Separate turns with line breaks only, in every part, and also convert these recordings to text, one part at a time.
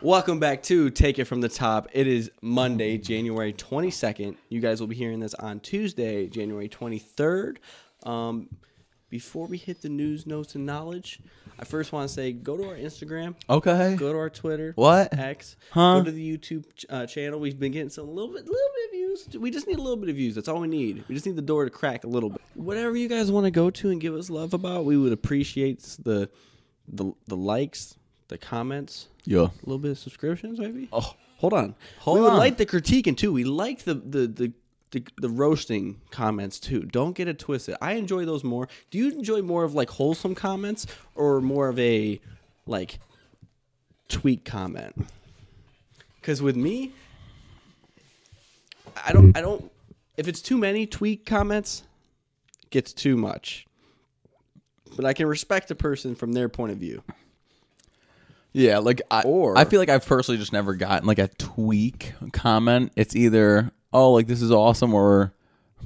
Welcome back to Take It From the Top. It is Monday, January 22nd. You guys will be hearing this on Tuesday, January 23rd. Um, before we hit the news, notes, and knowledge, I first want to say go to our Instagram,
Okay.
go to our Twitter,
What?
X,
Huh?
go to the YouTube ch- uh, channel. We've been getting some little bit, little bit of views. We just need a little bit of views. That's all we need. We just need the door to crack a little bit. Whatever you guys want to go to and give us love about, we would appreciate the the the likes, the comments
Yo.
a little bit of subscriptions, maybe.
Oh.
hold on.
Hold
we would
on.
like the critiquing too. We like the the the. The, the roasting comments too. Don't get it twisted. I enjoy those more. Do you enjoy more of like wholesome comments or more of a like tweak comment? Because with me, I don't. I don't. If it's too many tweak comments, gets too much. But I can respect a person from their point of view.
Yeah, like I
Or-
I feel like I've personally just never gotten like a tweak comment. It's either oh like this is awesome or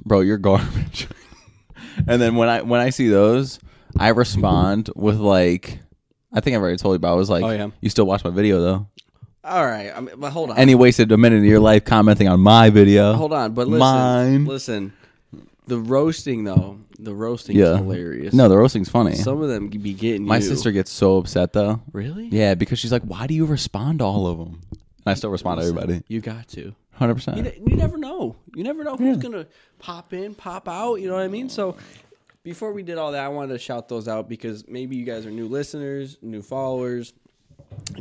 bro you're garbage. and then when I when I see those, I respond with like I think I've already told you about. I was like,
Oh, yeah.
you still watch my video though,
All right. I mean, but hold on.
and he wasted a minute of your life commenting on my video.
Hold on, but listen,
Mine.
listen. The roasting though, the roasting
yeah,
is hilarious.
No, the roasting's funny.
some of them be getting
my
you.
sister gets so upset though.
Really?
Yeah, because she's like, why do you respond to all of them? And I still respond to everybody,
You got to.
hundred
You,
percent.
ne- you never know. You never know who's gonna pop in, pop out. You know what I mean? So. Before we did all that, I wanted to shout those out because maybe you guys are new listeners, new followers.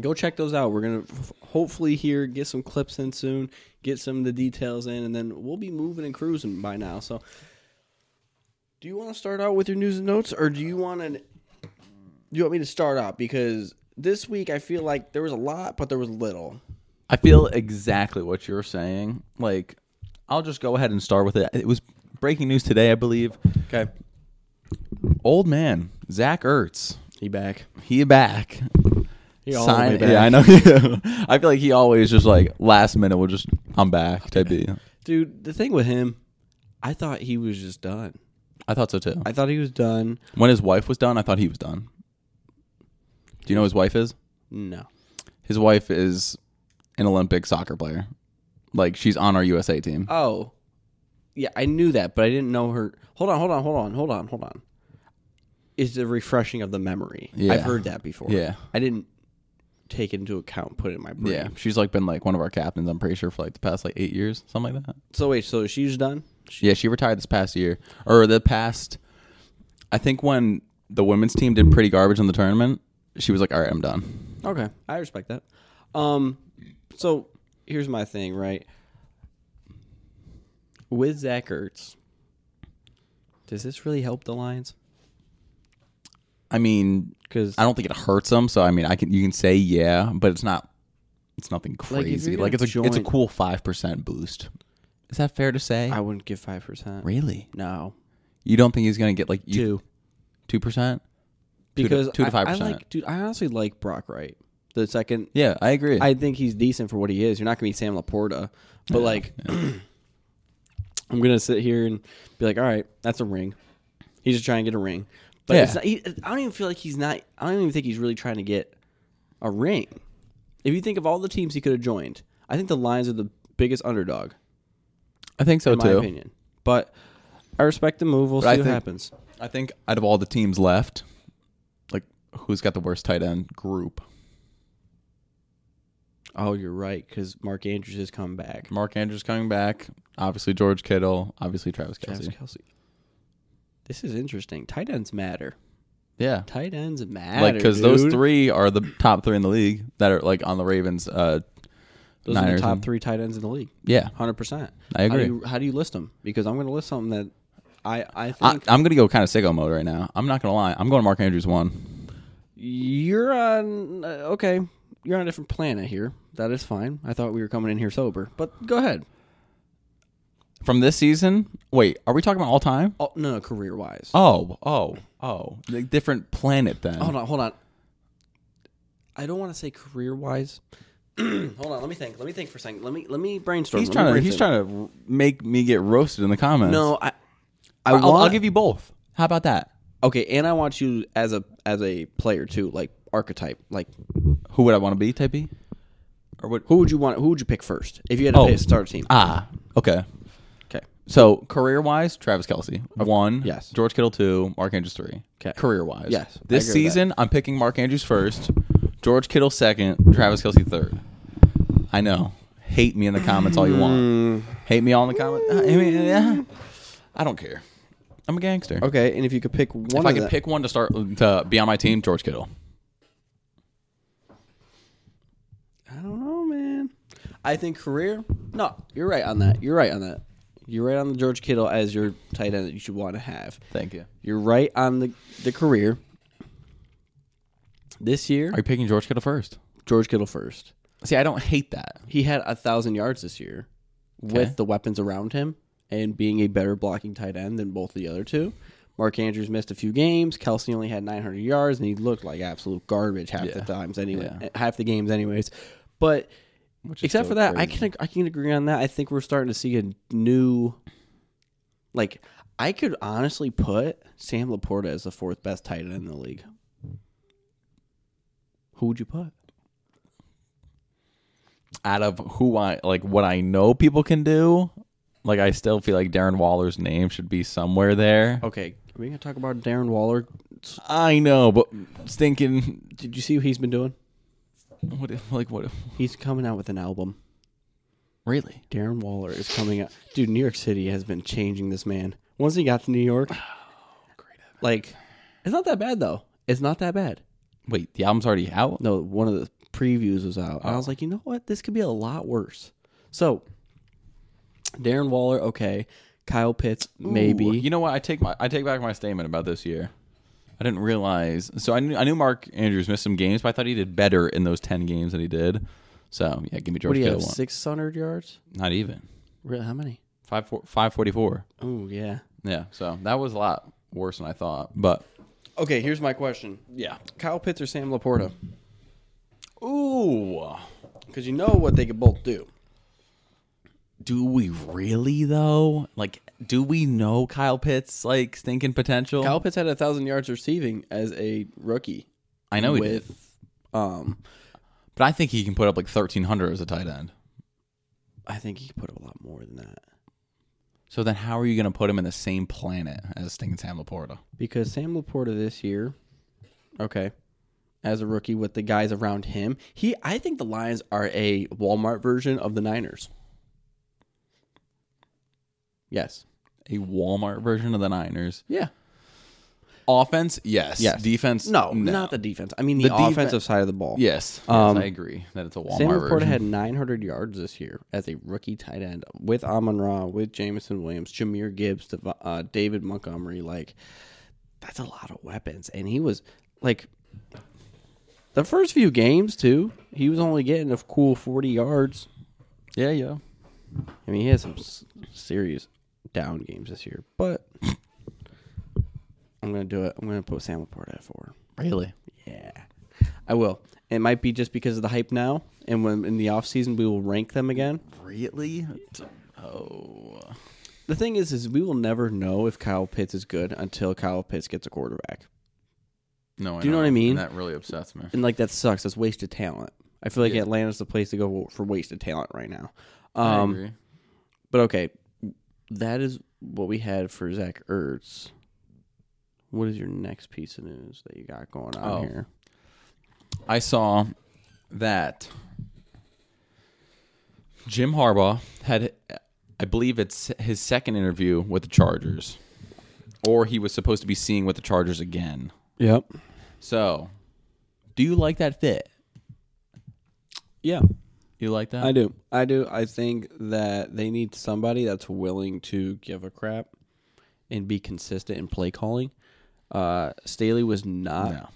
Go check those out. We're gonna f- hopefully here get some clips in soon, get some of the details in, and then we'll be moving and cruising by now. So, do you want to start out with your news and notes, or do you want to? Do you want me to start out because this week I feel like there was a lot, but there was little.
I feel exactly what you're saying. Like, I'll just go ahead and start with it. It was breaking news today, I believe.
Okay,
Old man Zach Ertz,
he back.
he back.
He
Sign- Yeah, I know. I feel like he always just like last minute will just I'm back type deal.
Dude, the thing with him, I thought he was just done.
I thought so too.
I thought he was done.
When his wife was done, I thought he was done. Do you know who his wife is?
No.
His wife is an Olympic soccer player. Like she's on our USA team.
Oh. Yeah, I knew that, but I didn't know her. Hold on, hold on, hold on, hold on, hold on. Is the refreshing of the memory.
Yeah.
I've heard that before.
Yeah.
I didn't take it into account, put it in my brain.
Yeah, she's like been like one of our captains. I'm pretty sure for like the past like eight years, something like that.
So wait, so she's done? She,
Yeah, she retired this past year or the past. I think when the women's team did pretty garbage in the tournament, she was like, "All right, I'm done."
okay. I respect that. Um so here's my thing, right? With Zach Ertz, does this really help the Lions?
I mean,
Because
I don't think it hurts them. So I mean, I can you can say yeah, but it's not. It's nothing
you're
crazy.
gonna
Like, it's a it's a
join-
cool five percent boost. Is that fair to say?
I wouldn't give five percent.
really?
No,
You don't think he's gonna get like you,
two
two percent? to-
because
two to
I- I
5%.
like- dude, I honestly like Brock Wright. The second,
Yeah, I agree.
I think he's decent for what he is. You're not gonna be Sam Laporta, but like, I'm gonna sit here and be like, all right, that's a ring. He's just trying to get a ring, but
Yeah.
it's not, he, I don't even feel like he's not. I don't even think he's really trying to get a ring. If you think of all the teams he could have joined, I think the Lions are the biggest underdog
I think so
in my
too.
opinion. But I respect the move. We'll
I
see what
think-
happens.
I think out of all the teams left, like who's got the worst tight end group?
Oh, you're right, because Mark Andrews has come back.
Mark Andrews coming back. Obviously George Kittle. Obviously Travis Kelsey.
Travis Kelsey. This is interesting. Tight ends matter.
Yeah,
Tight ends matter.
like because those
dude.
three are the top three in the league that are like on the Ravens. Uh,
those are
Niners
the top
and-
three tight ends in the league.
yeah,
Hundred percent.
I agree.
How do, you, how do you list them? Because I'm going to list something that I I
I,
think
I'm gonna go kind of sicko mode right now. I'm not gonna lie. I'm going Mark Andrews one.
you're on. Uh, okay, you're on a different planet here. That is fine. I thought we were coming in here sober, but go ahead.
From this season, wait, are we talking about all time?
Oh no, career wise.
Oh, oh, oh, like different planet then.
Hold on, hold on. I don't want to say career wise. hold on, let me think. Let me think for a second. Let me let me brainstorm.
He's
Let me
trying to he's
brainstorm.
trying to make me get roasted in the comments.
No, I. I
I will
want.
I'll give you both. How about that?
okay, and I want you as a as a player too, like archetype, like
Who would I want to be? Type B. or what?
Who would you want? Who would you pick first if you had to
Oh.
pick start a team?
Ah, okay.
Okay,
So career wise, Travis Kelsey one,
Yes.
George Kittle two, Mark Andrews three.
'Kay.
Career wise,
Yes, I agree
This
with that.
season, I'm picking Mark Andrews first, George Kittle second, Travis Kelsey third. I know. Hate me in the comments all you want. Hate me all in the comments. I mean, yeah. I don't care. I'm a gangster.
okay, and if you could pick one,
If I could pick one to start to be on my team, George Kittle.
I don't know, man. I think career. No, you're right on that. You're right on that. You're right on the George Kittle as your tight end that you should want to have.
Thank you.
You're right on the the career. This year,
Are you picking George Kittle first?
George Kittle first.
See, I don't hate that.
He had a thousand yards this year
Okay.
with the weapons around him and being a better blocking tight end than both the other two. Mark Andrews missed a few games. Kelsey only had 900 yards, and he looked like absolute garbage half the
Yeah.
times anyway, eh,
Yeah.
half the games anyways. But
Which is
except
so
for that,
crazy.
I can I can agree on that. I think we're starting to see a new, like I could honestly put Sam Laporta as the fourth best tight end in the league. Who would you put?
out of who I like what I know people can do, like I still feel like Darren Waller's name should be somewhere there.
Okay, are we gonna talk about Darren Waller?
I know, but thinking
Did you see what he's been doing?
what if like what if
He's coming out with an album.
really?
Darren Waller is coming out. Dude, New York City has been changing this man. Once he got to New York, like it's not that bad though. It's not that bad.
Wait, the album's already out?
No, one of the previews was out. And I was like, you know what? This could be a lot worse. So, Darren Waller, okay. Kyle Pitts, maybe.
Ooh, You know what? I take my I take back my statement about this year. I didn't realize. So I knew I knew Mark Andrews missed some games, but I thought he did better in those 10 games than he did. So, yeah, give me
what
George
do you
Kittle
have?
one.
600 yards?
Not even.
Really? How many?
5 four- 544.
Oh, yeah.
Yeah, so that was a lot worse than I thought. But
Okay, here's my question
yeah.
Kyle Pitts or Sam Laporta?
Ooh.
Because you know what they could both do.
Do we really though? Like, do we know Kyle Pitts like stinking potential?
Kyle Pitts had a 1,000 yards receiving as a rookie.
I know he
with,
did,
um,
but I think he can put up like thirteen hundred as a tight end.
I think he could put up a lot more than that.
So then, how are you going to put him in the same planet as stinking Sam Laporta?
because Sam Laporta this year, okay, as a rookie with the guys around him, he I think the Lions are a Walmart version of the Niners. Yes.
A Walmart version of the Niners.
Yeah.
Offense, yes.
Yes.
Defense,
No, not the defense. I mean the,
The defen-
offensive side of the ball.
Yes, yes,
Um,
I agree that it's a Walmart
Sam Laporta
version.
had 900 yards this year as a rookie tight end with Amon Ra, with Jamison Williams, Jameer Gibbs, Dev- uh, David Montgomery. Like, that's a lot of weapons. And he was, like, the first few games, too, he was only getting a cool 40 yards.
yeah, yeah.
I mean, he had some s- serious down games this year, but I'm going to do it. I'm going to put Sam Laporta at four.
Really?
Yeah, I will. It might be just because of the hype now, and when in the off season we will rank them again.
Really? Oh,
The thing is, is we will never know if Kyle Pitts is good until Kyle Pitts gets a quarterback,
no. I
Do you know what I mean?
That really upsets me.
and like that sucks. That's wasted talent. I feel like
Yeah.
Atlanta's the place to go for wasted talent right now.
I
Um,
agree.
but okay, that is what we had for Zach Ertz. What is your next piece of news that you got going on
Oh.
here?
I saw that Jim Harbaugh had, I believe it's his second interview with the Chargers, or he was supposed to be seeing with the Chargers again.
Yep.
So, do you like that fit?
Yeah.
You like that?
I do. I do. I think that they need somebody that's willing to give a crap and be consistent in play calling. Uh, Staley was not
No.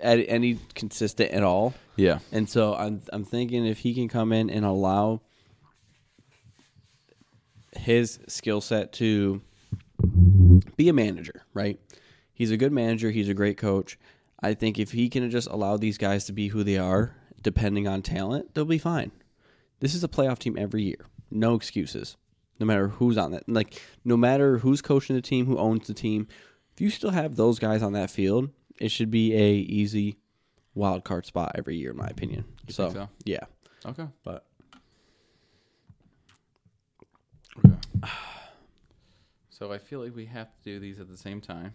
at any consistent at all,
Yeah.
and so I'm I'm thinking if he can come in and allow his skill set to be a manager, right? He's a good manager. He's a great coach. I think if he can just allow these guys to be who they are, depending on talent, they'll be fine. This is a playoff team every year. No excuses. No matter who's on that, like no matter who's coaching the team, who owns the team, if you still have those guys on that field, it should be a easy wild card spot every year, in my opinion. So,
think so?
yeah,
Okay.
But
okay. So I feel like we have to do these at the same time.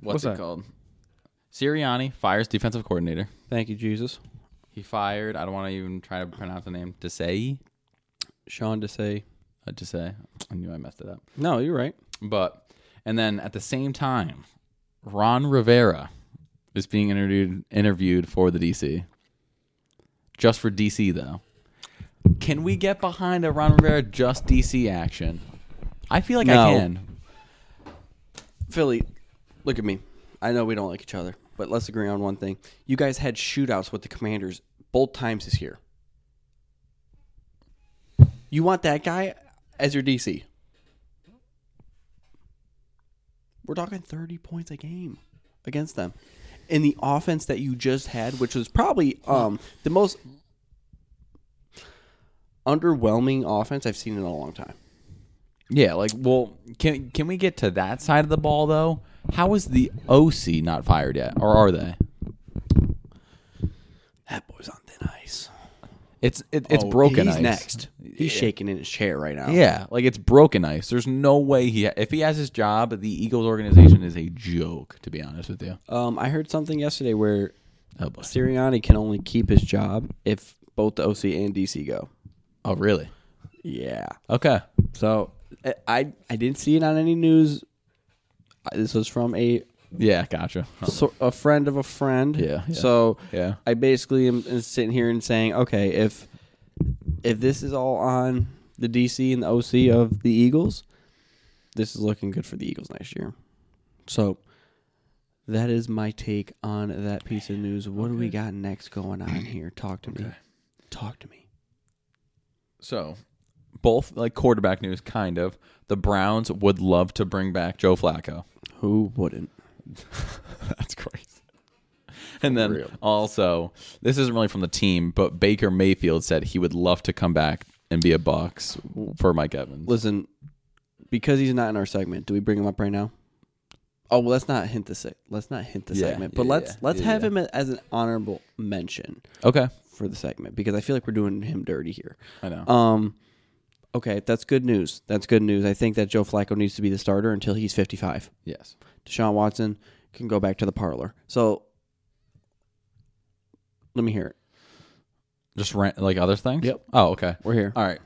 What's,
What's
it
that?
called? Sirianni fires defensive coordinator.
thank you, Jesus.
He fired. I don't want to even try to pronounce the name. Desai.
Sean to say,
Uh, Desai. I knew I messed it up.
no, you're right.
But and then at the same time, Ron Rivera is being interviewed interviewed for the DC. Just for DC though. Can we get behind a Ron Rivera just DC action? I feel like I
No.
can.
Philly, look at me. I know we don't like each other, but let's agree on one thing. You guys had shootouts with the commanders both times this year. You want that guy as your DC. We're talking 30 points a game against them. In the offense that you just had, which was probably um, the most underwhelming offense I've seen in a long time.
Yeah, like well, can can we get to that side of the ball though? How is the OC not fired yet, or are they?
That boy's on thin ice.
It's it, it's
Oh,
broken.
He's
ice.
next. He's shaking in his chair right now.
Yeah, like it's broken ice. There's no way he if he has his job, the Eagles organization is a joke. To be honest with you,
Um, I heard something yesterday where
oh boy.
Sirianni can only keep his job if both the OC and DC go.
Oh really?
Yeah.
Okay.
So I I, I didn't see it on any news. I- This was from a
Yeah, gotcha. Oh,
so, a friend of a friend.
Yeah, yeah.
So
Yeah.
I basically am am sitting here and saying, okay, if if this is all on the DC and the OC of the Eagles, this is looking good for the Eagles next year. So that is my take on that piece of news. What do we got next going on here? Talk to me. Talk to me.
So, both like quarterback news, kind of. The Browns would love to bring back Joe Flacco.
Who wouldn't?
That's crazy. And then also, this isn't really from the team, but Baker Mayfield said he would love to come back and be a box for Mike Evans.
Listen, because he's not in our segment, do we bring him up right now? Oh well, let's not hint the se- let's not hint the
Yeah,
segment, but
yeah,
let's
yeah,
let's
yeah,
have
yeah.
him as an honorable mention.
Okay,
for the segment because I feel like we're doing him dirty here.
I know.
Um, okay, that's good news. That's good news. I think that Joe Flacco needs to be the starter until he's 55.
yes.
Deshaun Watson can go back to the parlor. So let me hear it.
Just rant, like other things.
Yep.
Oh, okay.
We're here.
All right.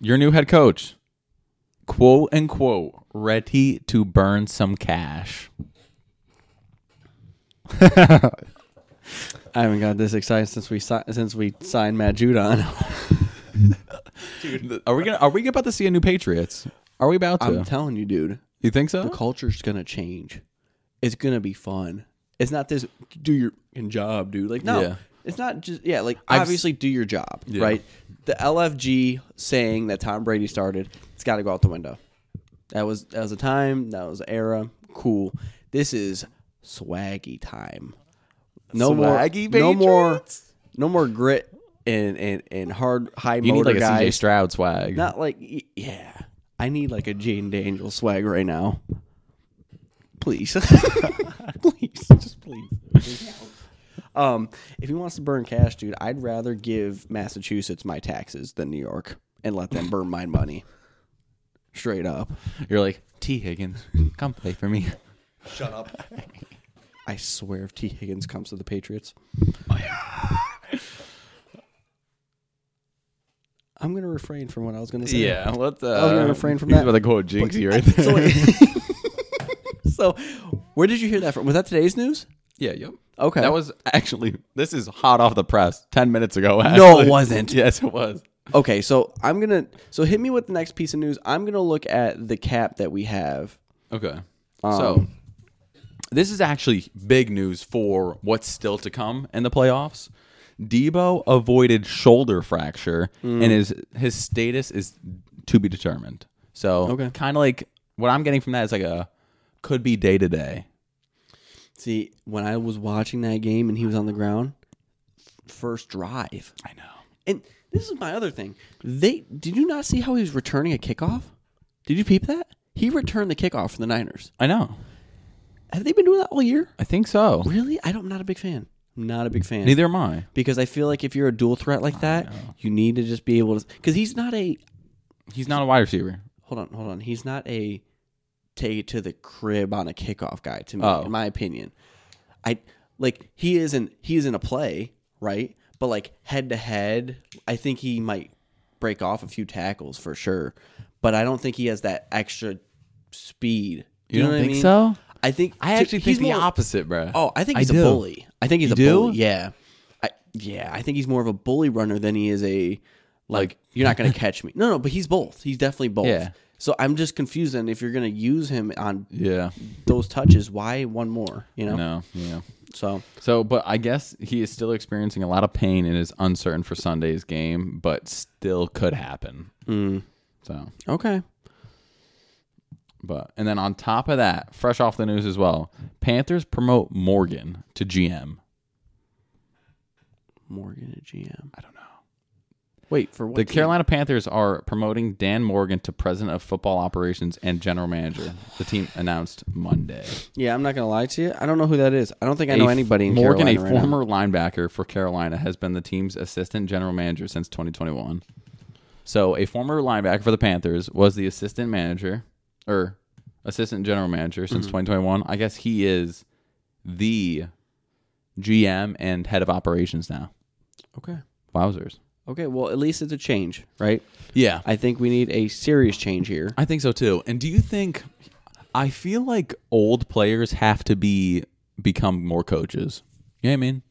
Your new head coach, quote unquote, ready to burn some cash.
I haven't got this excited since we si- since we signed Matt Judon.
Dude, are we gonna are we about to see a new Patriots? Are we about to?
I'm telling you, dude,
you think so?
the culture's gonna change. It's gonna be fun. It's not this do your fucking job, dude. Like no,
Yeah.
it's not just yeah. Like
I've s-
obviously do your job,
Yeah.
right? The LFG saying that Tom Brady started, it's got to go out the window. That was that was a time. That was an era. Cool. This is swaggy time. No
Swaggy
more. No more.
Patriots?
No more grit and and and hard high
you need
motor
like a
guys.
CJ Stroud swag.
Not like y- yeah. I need like a Jane Daniel swag right now. Please. please. Just please. Um, if he wants to burn cash, dude, I'd rather give Massachusetts my taxes than New York and let them burn my money. Straight up.
You're like T Higgins, come play for me.
I swear if T. Higgins comes to the Patriots. I'm gonna refrain from what I was gonna say.
Yeah, what the?
was gonna Oh, refrain from
he's
that.
About to quote Jinxie right there.
So, so, where did you hear that from? Was that today's news?
yeah, yep.
Oh, Okay.
That was actually this is hot off the press. Ten minutes
No,
ago.
it
actually.
wasn't.
yes, it was.
Okay, so I'm gonna so hit me with the next piece of news. I'm gonna look at the cap that we have.
Okay. so this is actually big news for what's still to come in the playoffs. Debo avoided shoulder fracture and his his status is to be determined. So
Okay.
kind of like what I'm getting from that is like a could be day to day.
See, when I was watching that game and he was on the ground, first drive.
I know.
And this is my other thing. They did you not see how he was returning a kickoff? Did you peep that? He returned the kickoff for the Niners.
I know.
Have they been doing that all year?
I think so.
Really? I don't, I'm not a big fan. Not a big fan.
Neither am I.
Because I feel like if you're a dual threat like that, you need to just be able to. Because he's not a.
He's not a wide receiver.
Hold on, hold on. He's not a take it to the crib on a kickoff guy. To me,
Oh.
in my opinion, I like he isn't. He's in a play, right? But like head to head, I think he might break off a few tackles for sure. But I don't think he has that extra speed. Do
You, don't
know what
think
I mean?
so?
I think
I actually
he's
think the
more-
opposite, bro.
Oh, I think
I
he's a
do.
bully. I think he's
You
a
do?
bully. Yeah. I, yeah, I think he's more of a bully runner than he is a like you're not going to catch me. No, no, but he's both. He's definitely both.
Yeah.
So I'm just confused then if you're going to use him on
yeah.
those touches, why one more, you know?
No. Yeah.
So
So, but I guess he is still experiencing a lot of pain and is uncertain for Sunday's game, but still could happen.
Hmm.
So,
okay.
but and then on top of that, fresh off the news as well, Panthers promote Morgan to GM.
Morgan at GM.
I don't know.
Wait, for what?
The
team?
Carolina Panthers are promoting Dan Morgan to president of football operations and general manager. The team announced Monday.
Yeah, I'm not going to lie to you. I don't know who that is. I don't think I know
A-
anybody in
Morgan,
Carolina
a
right now.
former linebacker for Carolina, has been the team's assistant general manager since 2021. So, a former linebacker for the Panthers was the assistant manager or assistant general manager
Mm-hmm.
since 2021. I guess he is the GM and head of operations now.
Okay.
Wowzers.
Okay, well, at least it's a change, right?
Yeah.
I think we need a serious change here.
I think so too. And do you think I feel like old players have to be become more coaches? You know what I mean?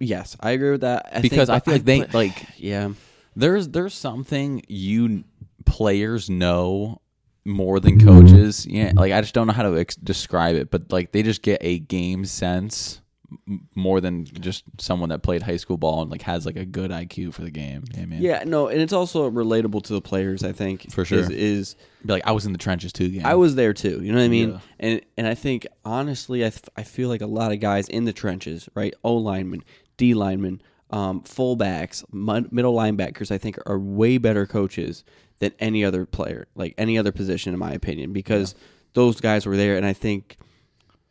Yes, I agree with that. I
Because I
think,
feel like they like
yeah.
there's there's something you players know more than coaches. Yeah, like I just don't know how to ex- describe it, but like they just get a game sense m- more than just someone that played high school ball and like has like a good IQ for the game. You know what I mean?
Yeah, no, and it's also relatable to the players. I think
For sure.
is, is
Be like I was in the trenches too. Game.
I was there too. You know what I mean?
Yeah.
And and I think honestly, I th- I feel like a lot of guys in the trenches, right? O linemen, D linemen, um, fullbacks, mid- middle linebackers. I think are way better coaches than any other player, like any other position, in my opinion, because those guys were there, and I think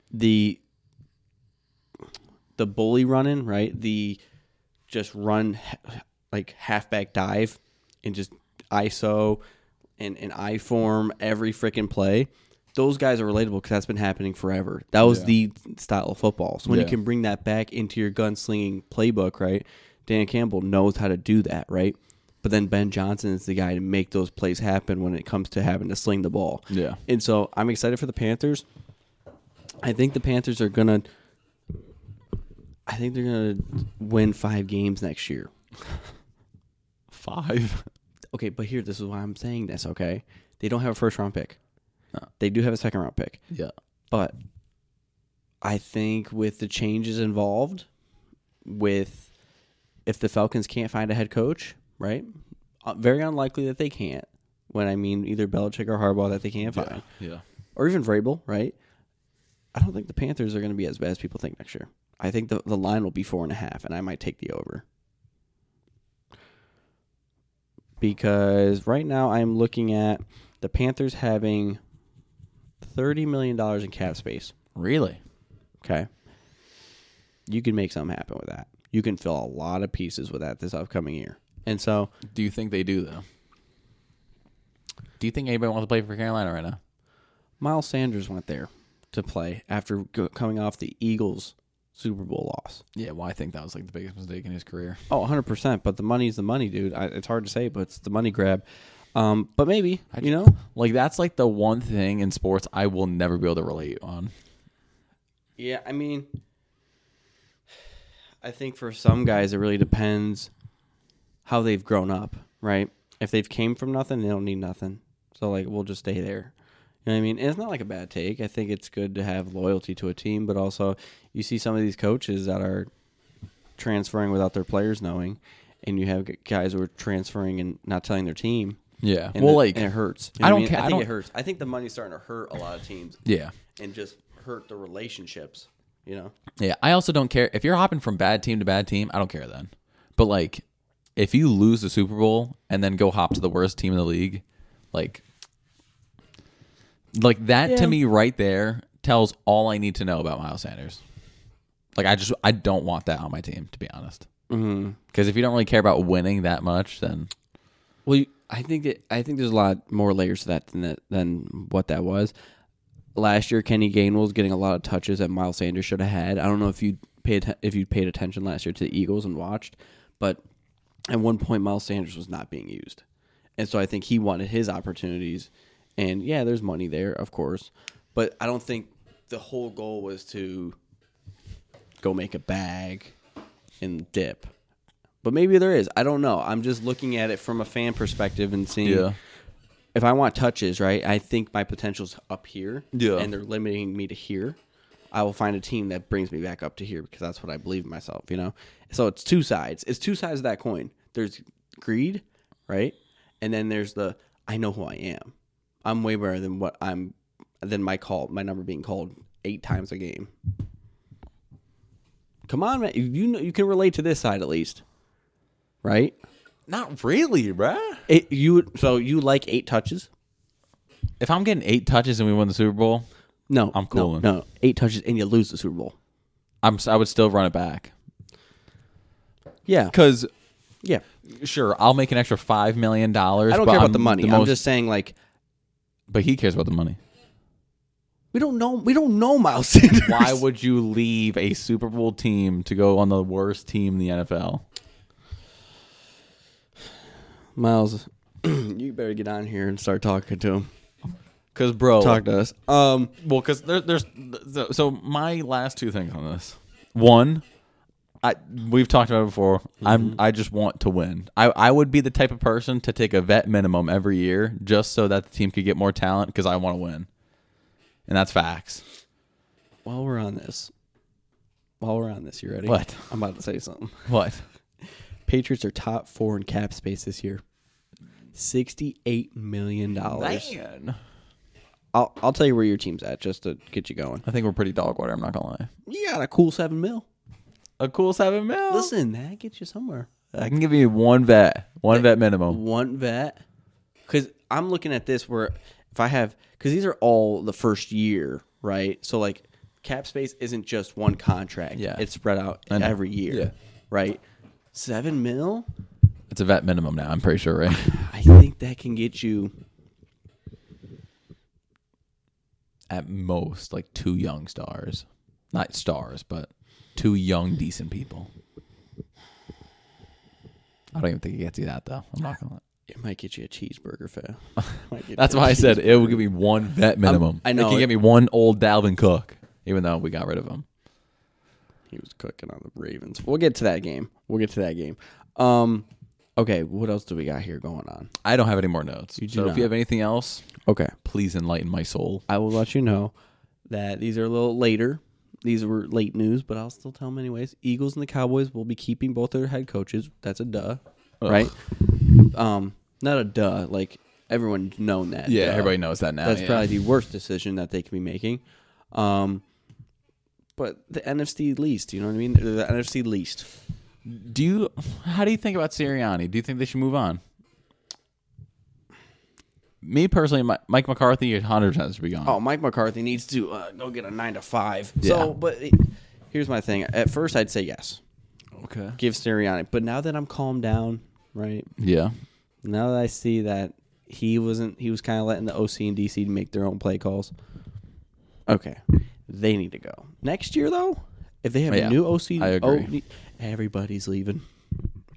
the the bully running, right? The just run h- like halfback dive and just ISO and, and I form every freaking play. Those guys are relatable because that's been happening forever. That was the style of football. So when you
Yeah.
can bring that back into your gunslinging playbook, right? Dan Campbell knows how to do that, right? But then Ben Johnson is the guy to make those plays happen when it comes to having to sling the ball.
Yeah.
And so I'm excited for the Panthers. I think the Panthers are gonna. I think they're gonna win five games next year.
five.
Okay, but here, this is why I'm saying this. Okay, they don't have a first round pick. They do have a second round pick,
Yeah.
but I think with the changes involved, with if the Falcons can't find a head coach, right? Uh, Very unlikely that they can't. When I mean either Belichick or Harbaugh that they can't find.
Yeah.
or even Vrabel, right? I don't think the Panthers are going to be as bad as people think next year. I think the, the line will be four and a half, and I might take the over. Because right now I'm looking at the Panthers having $30 million in cap space.
Really?
Okay. You can make something happen with that. You can fill a lot of pieces with that this upcoming year. And so
Do you think they do though? Do you think anybody wants to play for Carolina right now?
Miles Sanders went there to play after go- coming off the Eagles Super Bowl loss.
Yeah, well, I think that was like the biggest mistake in his career.
Oh, 100%. But the money's the money, dude. I, it's hard to say, but it's the money grab. Um, but maybe, you know?
Like that's like the one thing in sports I will never be able to relate on.
Yeah, I mean, I think for some guys, it really depends how they've grown up, right? If they've came from nothing, they don't need nothing. So, like, we'll just stay there. You know what I mean? And it's not like a bad take. I think it's good to have loyalty to a team, but also you see some of these coaches that are transferring without their players knowing, and you have guys who are transferring and not telling their team.
Yeah.
And
well,
it-
like
and it hurts. You
I
know what
don't
mean?
care-
I
I
think
don't-
it hurts. I think the money's starting to hurt a lot of teams
yeah,
and just hurt the relationships. You know,
yeah. I also don't care if you're hopping from bad team to bad team. I don't care then. But like, if you lose the Super Bowl and then go hop to the worst team in the league, like, like that
Yeah.
to me right there tells all I need to know about Miles Sanders. Like I just I don't want that on my team to be honest. Because if you don't really care about winning that much, then
Well, you, I think that I think there's a lot more layers to that than that, than what that was. Last year, Kenny Gainwell's getting a lot of touches that Miles Sanders should have had. I don't know if you paid atten- if you paid attention last year to the Eagles and watched, but at one point, Miles Sanders was not being used, and so I think he wanted his opportunities. And yeah, there's money there, of course, but I don't think the whole goal was to go make a bag and dip. But maybe there is. I don't know. I'm just looking at it from a fan perspective and seeing
Yeah.
if I want touches, right? I think my potential's up here.
Yeah.
And they're limiting me to here. I will find a team that brings me back up to here because that's what I believe in myself, you know? So it's two sides. It's two sides of that coin. There's greed, right? And then there's the I know who I am. I'm way better than what I'm than my call my number being called eight times a game. Come on, man. You know you can relate to this side at least. Right?
not really, bruh.
It, you so you like eight touches?
If I'm getting eight touches and we win the Super Bowl,
No,
I'm
no,
cooling.
No, eight touches and you lose the Super Bowl.
I'm s- I would still run it back.
Yeah,
Because
yeah.
sure, I'll make an extra five million dollars.
I don't
but
care about
I'm
the money. I'm
most-
just saying, like,
but he cares about the money.
we don't know. We don't know Miles Sanders.
Why would you leave a Super Bowl team to go on the worst team in the NFL?
Miles? you better get on here and start talking to him.
Because bro,
Talk to us. Um,
Well, because there, there's so, so my last two things on this. One, I we've talked about it before. I'm I just want to win. I I would be the type of person to take a vet minimum every year just so that the team could get more talent because I want to win, and that's facts.
while we're on this, while we're on this, you ready?
What?
I'm about to say something.
What?
Patriots are top four in cap space this year. Sixty-eight million dollars.
Man.
I'll I'll tell you where your team's at just to get you going.
I think we're pretty dog water. I'm not gonna lie.
You got a cool seven mil.
A cool seven mil.
Listen, that gets you somewhere.
I can give you one vet, one vet minimum.
one vet because i'm looking at this where if i have because these are all the first year right so like cap space isn't just one contract
Yeah.
it's spread out
know.
every year
Yeah.
right seven mil
It's a vet minimum now. I'm pretty sure, right?
i think that can get you
At most, like two young stars, not stars, but two young decent people. I don't even think it gets you that though. I'm not gonna. Lie.
it might get you a cheeseburger fam Might get
That's
you a
why I said
cheese-
it would give me one vet minimum.
I know
it can
it.
get me one old Dalvin Cook, even though we got rid of him.
he was cooking on the ravens we'll get to that game we'll get to that game um okay what else do we got here going on
I don't have any more notes.
do
so if
not.
you have anything else,
okay
please enlighten my soul.
I will let you know that these are a little later. These were late news, but I'll still tell them anyways. Eagles and the Cowboys will be keeping both their head coaches. That's a duh, right? Um, not a duh. Like everyone's known that.
Yeah,
duh.
everybody knows that now.
That's
yeah.
probably the worst decision that they can be making. Um, but the NFC least, you know what I mean? They're The NFC least.
Do you? How do you think about Sirianni? Do you think they should move on? Me personally, Mi- Mike McCarthy, hundred percent should be gone.
Oh, Mike McCarthy needs to uh, go get a nine to five.
Yeah.
So, but here's my thing. At first, I'd say yes,
okay.
give Sirianni. But now that I'm calmed down, right?
Yeah.
Now that I see that he wasn't, he was kind of letting the OC and DC make their own play calls. Okay, they need to go next year though. If they have
Yeah,
a new OC,
I agree.
O- everybody's leaving.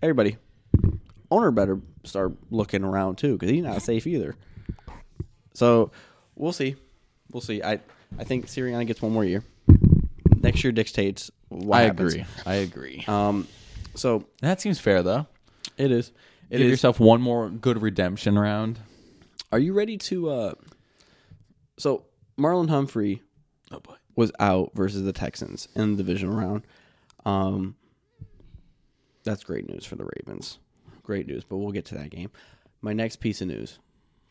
Everybody, owner better start looking around too because he's not safe either. So we'll see, we'll see. I I think Sirianni gets one more year. Next year dictates. What
I
happens.
agree. I agree.
Um, so
that seems fair though.
it is. It is.
Give yourself one more good redemption round.
Are you ready to? uh So Marlon Humphrey
Oh boy.
was out versus the Texans in the divisional round. Um, that's great news for the Ravens. Great news, but we'll get to that game. My next piece of news.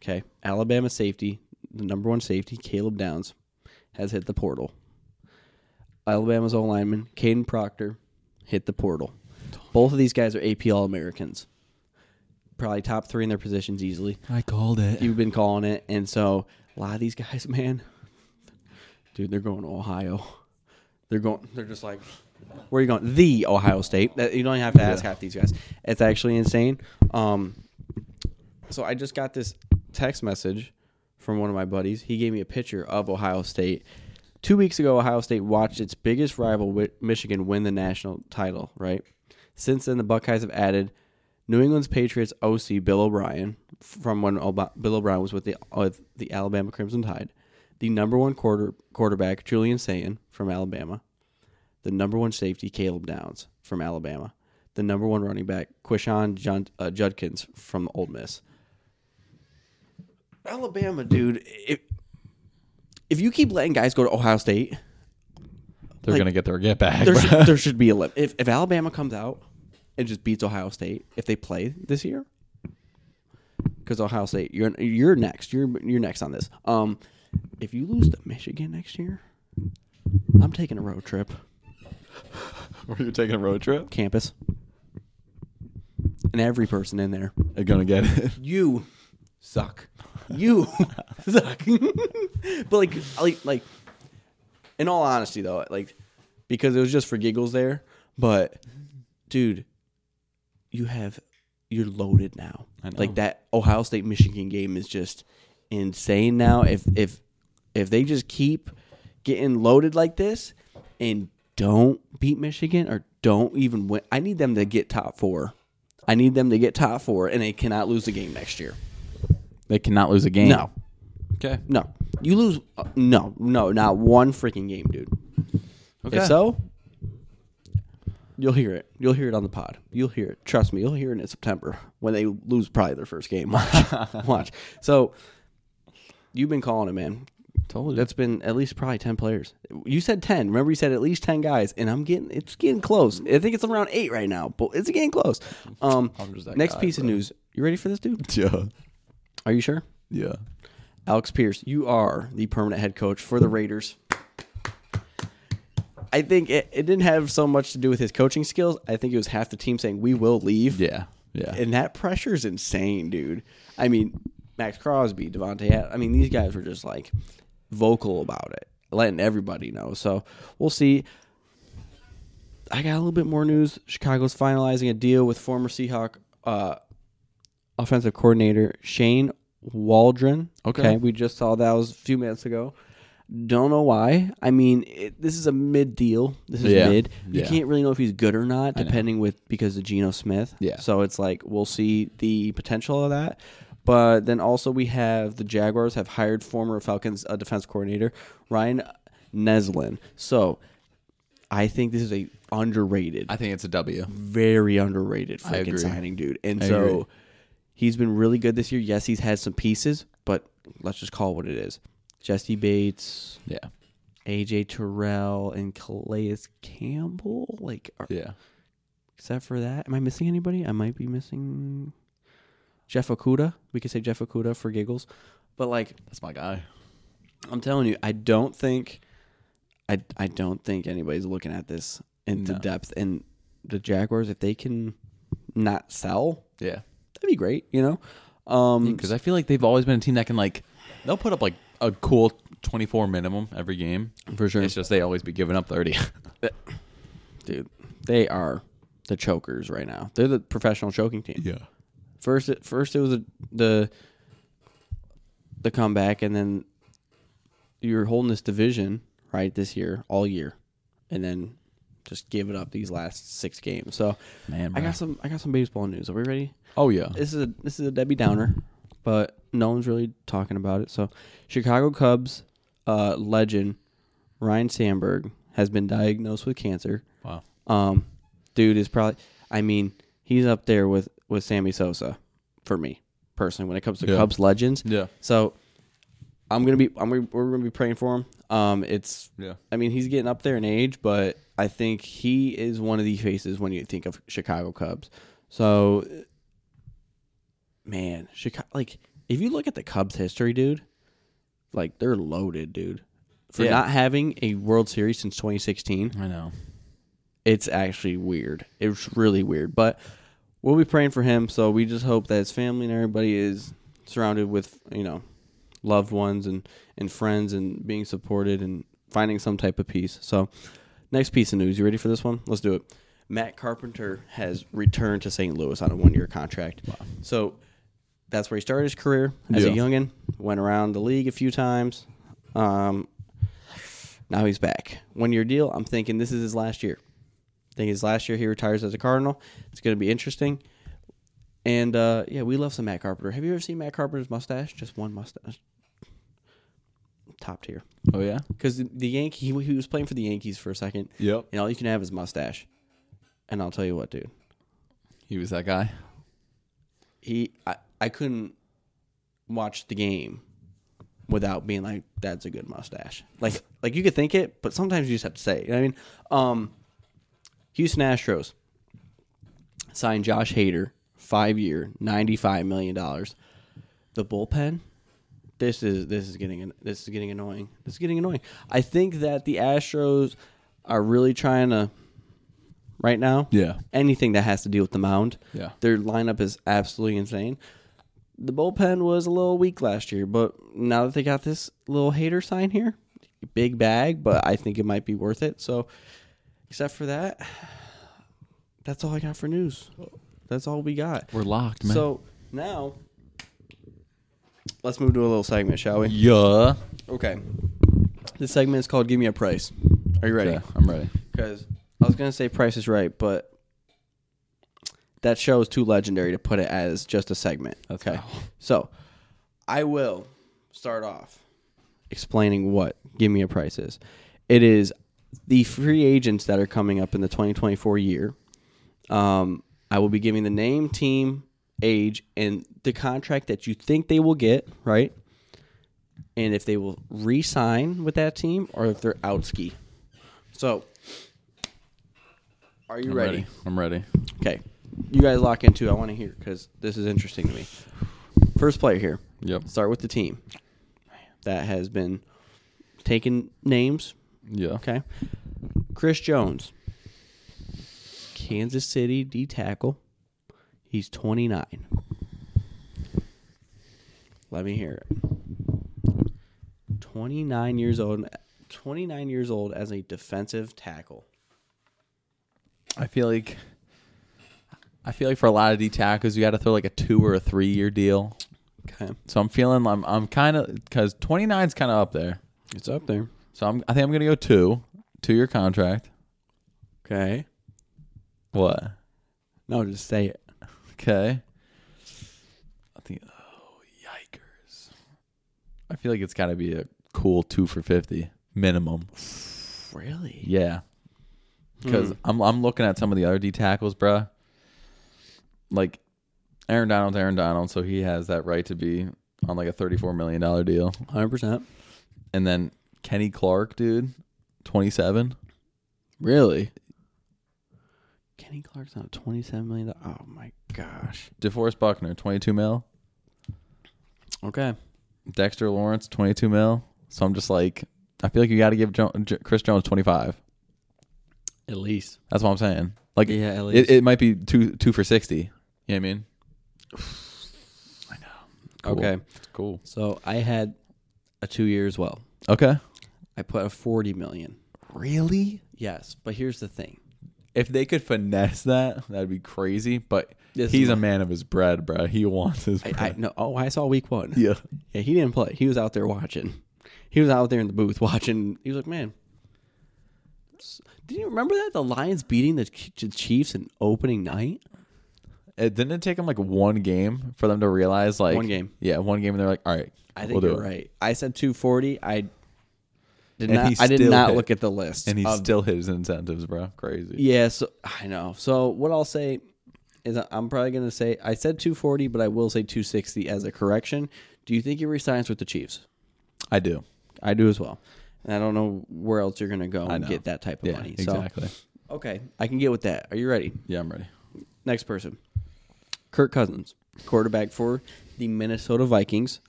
Okay, Alabama safety, the number one safety, Caleb Downs, has hit the portal. Alabama's O lineman, Caden Proctor, hit the portal. Both of these guys are AP All Americans. Probably top three in their positions easily
I called it.
you've been calling it. And so a lot of these guys, man, dude, they're going to Ohio. They're going. They're just like, where are you going? The Ohio State. That you don't even have to ask half these guys. It's actually insane. Um, so I just got this text message from one of my buddies. He gave me a picture of Ohio State. Two weeks ago, Ohio State watched its biggest rival, Wi- Michigan, win the national title. Right. Since then, the Buckeyes have added New England's Patriots OC Bill O'Brien from when Ob- Bill O'Brien was with the with the Alabama Crimson Tide, the number one quarter quarterback Julian Sayin from Alabama, the number one safety Caleb Downs from Alabama, the number one running back Quishon Jun- uh, Judkins from Old Miss. Alabama, dude, if if you keep letting guys go to Ohio State,
They're
Like,
gonna get their get back.
there
bro.
should, there should be a limit. If if Alabama comes out and just beats Ohio State, if they play this year, because Ohio State, you're you're next. You're you're next on this. Um, if you lose to Michigan next year, I'm taking a road trip.
Were you taking a road trip?
Campus. And every person in there,
They're gonna get it.
you
Suck.
you suck. but like, like, like, in all honesty though, like, because it was just for giggles there. But, dude, you have you're loaded now.
I know.
Like that Ohio State Michigan game is just insane now. If if if they just keep getting loaded like this and don't beat Michigan or don't even win, I need them to get top four. I need them to get top four, and they cannot lose the game next year.
They cannot lose a game.
No,
Okay.
no, you lose. uh, no, no, not one freaking game, dude. If so, you'll hear it. You'll hear it on the pod. You'll hear it. Trust me, you'll hear it in September when they lose probably their first game. Watch. Watch. So you've been calling it, man.
Told you.
That's been at least probably ten players. You said ten. Remember, you said at least ten guys, and I'm getting it's getting close. I think it's around eight right now, but it's getting close. Um,
I'm just that
next
guy,
piece of
bro.
news. You ready for this, dude?
Yeah.
Are you sure?
Yeah.
Alex Pierce, you are the permanent head coach for the Raiders. I think it, it didn't have so much to do with his coaching skills. I think it was half the team saying, We will leave.
Yeah. Yeah.
And that pressure is insane, dude. I mean, Max Crosby, Devontae, Ad- I mean, these guys were just like vocal about it, letting everybody know. So we'll see. I got a little bit more news. Chicago's finalizing a deal with former Seahawk uh, offensive coordinator Shane Waldron.
Okay.
we just saw that was a few minutes ago. Don't know why. I mean, it, this is a mid deal. This is
Yeah.
mid. You
Yeah.
can't really know if he's good or not, depending with because of Geno Smith.
Yeah.
So it's like we'll see the potential of that. But then also we have the Jaguars have hired former Falcons uh, defense coordinator Ryan Neslin. So I think this is a underrated
I think it's a W.
very underrated
agree.
freaking signing, dude. And
I
so
agree.
he's been really good this year. Yes, he's had some pieces, but let's just call it what it is. Jesse Bates,
Yeah.
AJ Terrell, and Calais Campbell. Like, are,
Yeah.
except for that, am I missing anybody? I might be missing Jeff Okuda. We could say Jeff Okuda for giggles, but like,
That's my guy.
I'm telling you, I don't think, I I don't think anybody's looking at this in the
No.
depth. And the Jaguars, if they can not sell,
Yeah.
that'd be great, you know. Um,
Because I feel like they've always been a team that can like they'll put up like a cool 24 minimum every game.
for sure,
It's just they always be giving up 30.
dude. They are the chokers right now. They're the professional choking team.
yeah.
First, it, first it was a, the the comeback, and then you're holding this division right this year, all year, and then just give it up these last six games. So
Man.
I
bro.
got some, I got some baseball news. Are we ready?
oh yeah.
this is a this is a Debbie Downer, but no one's really talking about it. So, Chicago Cubs uh, legend Ryan Sandberg has been diagnosed with cancer.
Wow.
Um, dude is probably. I mean, he's up there with with Sammy Sosa for me personally when it comes to
Yeah.
Cubs legends.
Yeah.
So, I'm gonna be I'm gonna, we're gonna be praying for him. Um, it's
Yeah.
I mean, he's getting up there in age, but I think he is one of the faces when you think of Chicago Cubs. So, man, Chicago, like, if you look at the Cubs' history, dude, like, they're loaded, dude. For
Yeah.
not having a World Series since 2016,
I know.
it's actually weird. It's really weird. But we'll be praying for him. So we just hope that his family and everybody is surrounded with, you know, loved ones and, and friends and being supported and finding some type of peace. So Next piece of news. You ready for this one? Let's do it. Matt Carpenter has returned to St. Louis on a one-year contract. So that's where he started his career as a
Yeah.
youngin. Went around the league a few times. Um, now he's back. One-year deal. I'm thinking this is his last year. I think his last year he retires as a Cardinal. It's going to be interesting. And uh, yeah, we love some Matt Carpenter. Have you ever seen Matt Carpenter's mustache? Just one mustache. Top tier.
Oh yeah.
Because the, the Yankee, he, he was playing for the Yankees for a second,
Yep.
and all you can have is mustache. And I'll tell you what, dude,
He was that guy.
he I, I couldn't watch the game without being like, "That's a good mustache." Like like you could think it, but sometimes you just have to say. It. You know what I mean, um, Houston Astros signed Josh Hader, five year, ninety five million dollars. The bullpen. This is this is getting this is getting annoying. This is getting annoying. I think that the Astros are really trying to right now.
Yeah.
Anything that has to deal with the mound.
Yeah.
Their lineup is absolutely insane. The bullpen was a little weak last year, but now that they got this little hater sign here, big bag, but I think it might be worth it. So, except for that, that's all I got for news. That's all we got.
We're locked, man.
So now, let's move to a little segment, shall we?
yeah.
Okay. This segment is called "Give Me a Price." Are you ready?
Okay, I'm ready.
Because I was gonna say Price is Right, but that show is too legendary to put it as just a segment. okay, so I will start off explaining what Give Me a Price is. It is the free agents that are coming up in the 2024 year. Um, I will be giving the name, team, age, and the contract that you think they will get. Right. And if they will re-sign with that team, or if they're out ski. So, are you
I'm
ready?
ready. I'm ready.
Okay. You guys lock in too. I want to hear because this is interesting to me. First player here.
Yep.
Start with the team that has been taking names.
Yeah.
Okay. Chris Jones, Kansas City D tackle. He's 29. Let me hear it. 29 years old. 29 years old as a defensive tackle.
I feel like I feel like for a lot of D tackles, you got to throw like a two or a three year deal.
Okay.
So I'm feeling I'm I'm kind of because 29 is kind of up there.
It's up there.
So I'm I think I'm gonna go two two year contract.
Okay.
What?
No, just say it.
Okay. I think oh yikers! I feel like it's got to be a cool two for 50 minimum.
Really?
Yeah. Because
Hmm.
I'm I'm looking at some of the other D tackles, bruh. Like Aaron Donald's Aaron Donald, so he has that right to be on like a thirty four million dollar deal.
Hundred percent.
And then Kenny Clark, dude, twenty seven.
Really? Kenny Clark's not twenty-seven million. doll- Oh my gosh.
DeForest Buckner, twenty two mil.
Okay.
Dexter Lawrence, twenty two mil. So I'm just like, I feel like you got to give jo- J- Chris Jones twenty five.
At least.
That's what I'm saying. Like,
Yeah, at
it, it might be two two for sixty. You know what I mean? I know. Cool.
Okay.
It's cool.
So I had a two-year as well.
Okay.
I put a forty million.
Really?
Yes, but here's the thing.
if they could finesse that, that'd be crazy. But
This
he's
is
a man of his bread, bro. He wants his bread.
I no. Oh, I saw week one.
yeah.
Yeah, he didn't play. He was out there watching. He was out there in the booth watching. He was like, man. Did you remember that the Lions beating the Ch- the Chiefs in opening night?
It, didn't it take him like one game for them to realize like
One game.
Yeah, one game, and they're like, all right,
I
we'll
think
do
you're
it.
right. I said 240. I did
And he
not. I did
still
not
hit.
look at the list.
And he
of-
still hit his incentives, bro. Crazy.
yeah. So I know. So what I'll say is I- I'm probably gonna say I said 240, but I will say 260 as a correction. Do you think he resigns with the Chiefs?
I do.
I do as well. And I don't know where else you're gonna go and
know.
get that type of
Yeah,
money.
exactly.
So okay, I can get with that. Are you ready?
Yeah, I'm ready.
Next person, Kirk Cousins, quarterback for the Minnesota Vikings.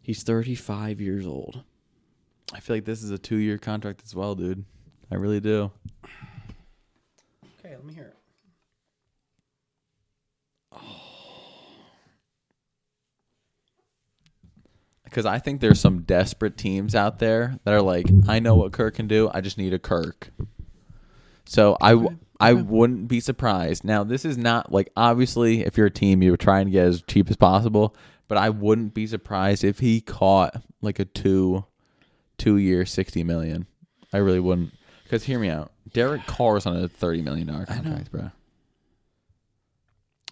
He's 35 years old.
I feel like this is a two year contract as well, dude. I really do.
Okay, let me hear it.
Because I think there's some desperate teams out there that are like, I know what Kirk can do. I just need a Kirk. So I w- I wouldn't be surprised. Now this is not like obviously if you're a team you would try and get as cheap as possible, but I wouldn't be surprised if he caught like a two two year sixty million. I really wouldn't. Because hear me out, Derek Carr's on a thirty million dollar contract, bro.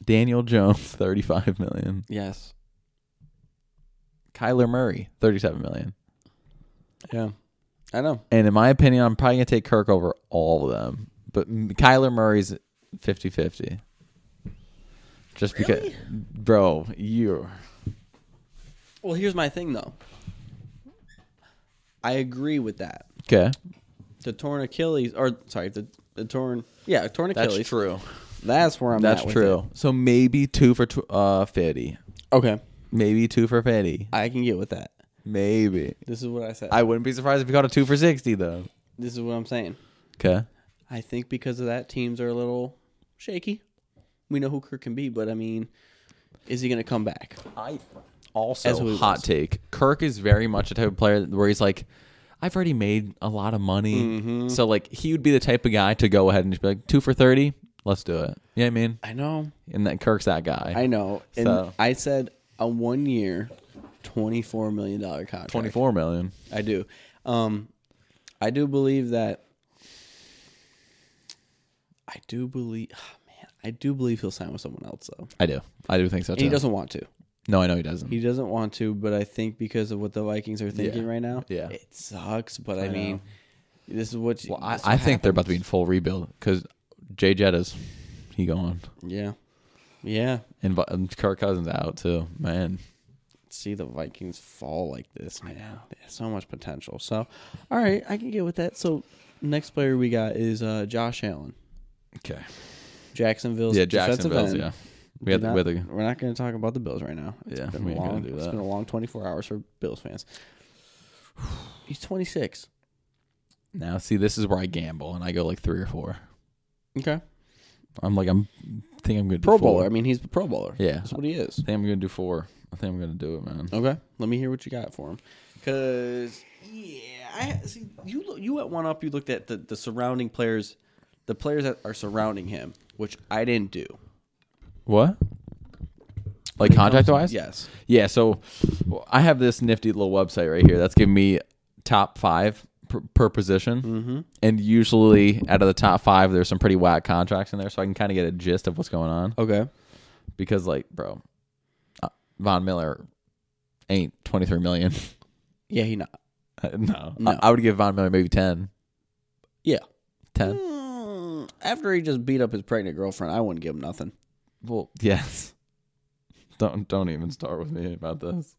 Daniel Jones thirty five million.
Yes.
Kyler Murray thirty seven million.
Yeah. I know.
And in my opinion, I'm probably gonna take Kirk over all of them. But m- Kyler Murray's 50-50. Just because, bro, you
Well, here's my thing though. I agree with that.
okay?
The torn Achilles, or sorry, the, the torn, yeah, torn Achilles.
true.
That's where I'm.
That's
at with
true. So maybe two for tw- uh fifty.
it. Okay,
Maybe two for fifty.
I can get with that.
Maybe.
This is what I said.
I wouldn't be surprised if he got a two for sixty though.
this is what I'm saying.
Okay.
I think because of that, teams are a little shaky. We know who Kirk can be, but I mean, is he going to come back?
I also
As we
hot
was.
take. Kirk is very much the type of player where he's like, I've already made a lot of money,
Mm-hmm.
so like he would be the type of guy to go ahead and just be like two for thirty, let's do it. Yeah, I mean,
I know,
and that Kirk's that guy.
I know. And
So-
I said a one year, twenty four million dollar contract.
Twenty four million.
I do. Um, I do believe that. I do believe, man, I do believe he'll sign with someone else though.
I do. I do think so
And he
too.
doesn't want to.
no, I know he doesn't.
He doesn't want to, but I think because of what the Vikings are thinking
Yeah.
right now,
Yeah.
it sucks. But I, mean, this is what you,
well, I,
this is
I
what
think they're about to be in
happens.
full rebuild because Jay Jettas, he gone,
Yeah, yeah.
and, Vi- and Kirk Cousins out too. Man,
See the Vikings fall like this, man. They have so much potential. So, all right, I can get with that. So, next player we got is uh, Josh Allen,
okay.
Jacksonville's
Yeah,
defensive
Jacksonville's.
end.
Yeah, we
We're
had the,
not,
we had the
we're not going to talk about the Bills right now.
Yeah,
been
we ain't gonna
long-
do
It's
that.
been a long 24 hours for Bills fans. He's 26.
now. See, this is where I gamble and I go like three or four.
Okay.
I'm like I'm think I'm gonna do
Pro
four.
Bowler. I mean, he's a Pro Bowler.
Yeah.
That's what he is.
I think I'm gonna do four. I think I'm gonna do it, man.
Okay, let me hear what you got for him. Cause yeah, I see you. lo- You at one up, you looked at the the surrounding players, the players that are surrounding him, which I didn't do.
What? Like contract wise?
Yes.
Yeah. So well, I have this nifty little website right here that's giving me top five per, per position, mm-hmm. and usually out of the top five, there's some pretty whack contracts in there, so I can kind of get a gist of what's going on.
Okay.
Because like, bro, uh, Von Miller ain't 23 million.
Yeah, he not.
no,
No.
I, I would give Von Miller maybe 10.
Yeah.
10.
Mm, after he just beat up his pregnant girlfriend, I wouldn't give him nothing.
Well, yes. Don't don't even start with me about this.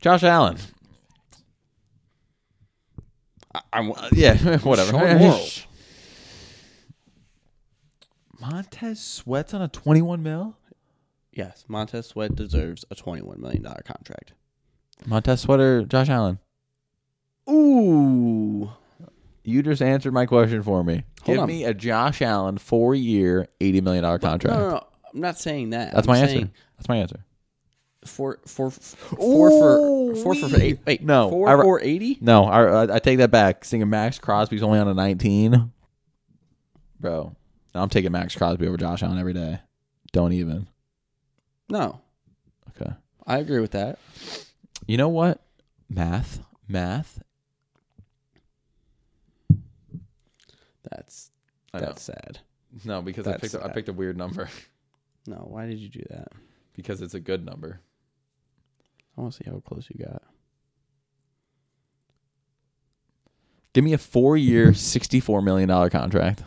Josh Allen.
I, I'm
yeah, whatever.
Sean Morrow.
Montez Sweat's on a 21 mil?
Yes, Montez Sweat deserves a twenty-one million dollar contract.
Montez Sweat or Josh Allen?
Ooh.
You just answered my question for me.
Hold
Give
on.
me a Josh Allen four year, $80 million contract.
No, no, no. I'm not saying that.
That's
I'm
my
saying
answer. That's my answer.
Four, four, four for four for,
Ooh-wee.
eight. Wait,
No,
four
I re-
for eighty.
No, I, I, I take that back. Seeing Max Crosby's only on a 19. Bro, I'm taking Max Crosby over Josh Allen every day. Don't even.
No,
Okay.
I agree with that.
You know what? Math, math.
That's
I know.
that's sad.
No, because I
That's
picked a, I
sad.
picked a weird number
No, why did you do that?
because it's a good number.
I want to see how close you got.
Give me a four-year, sixty-four million dollar contract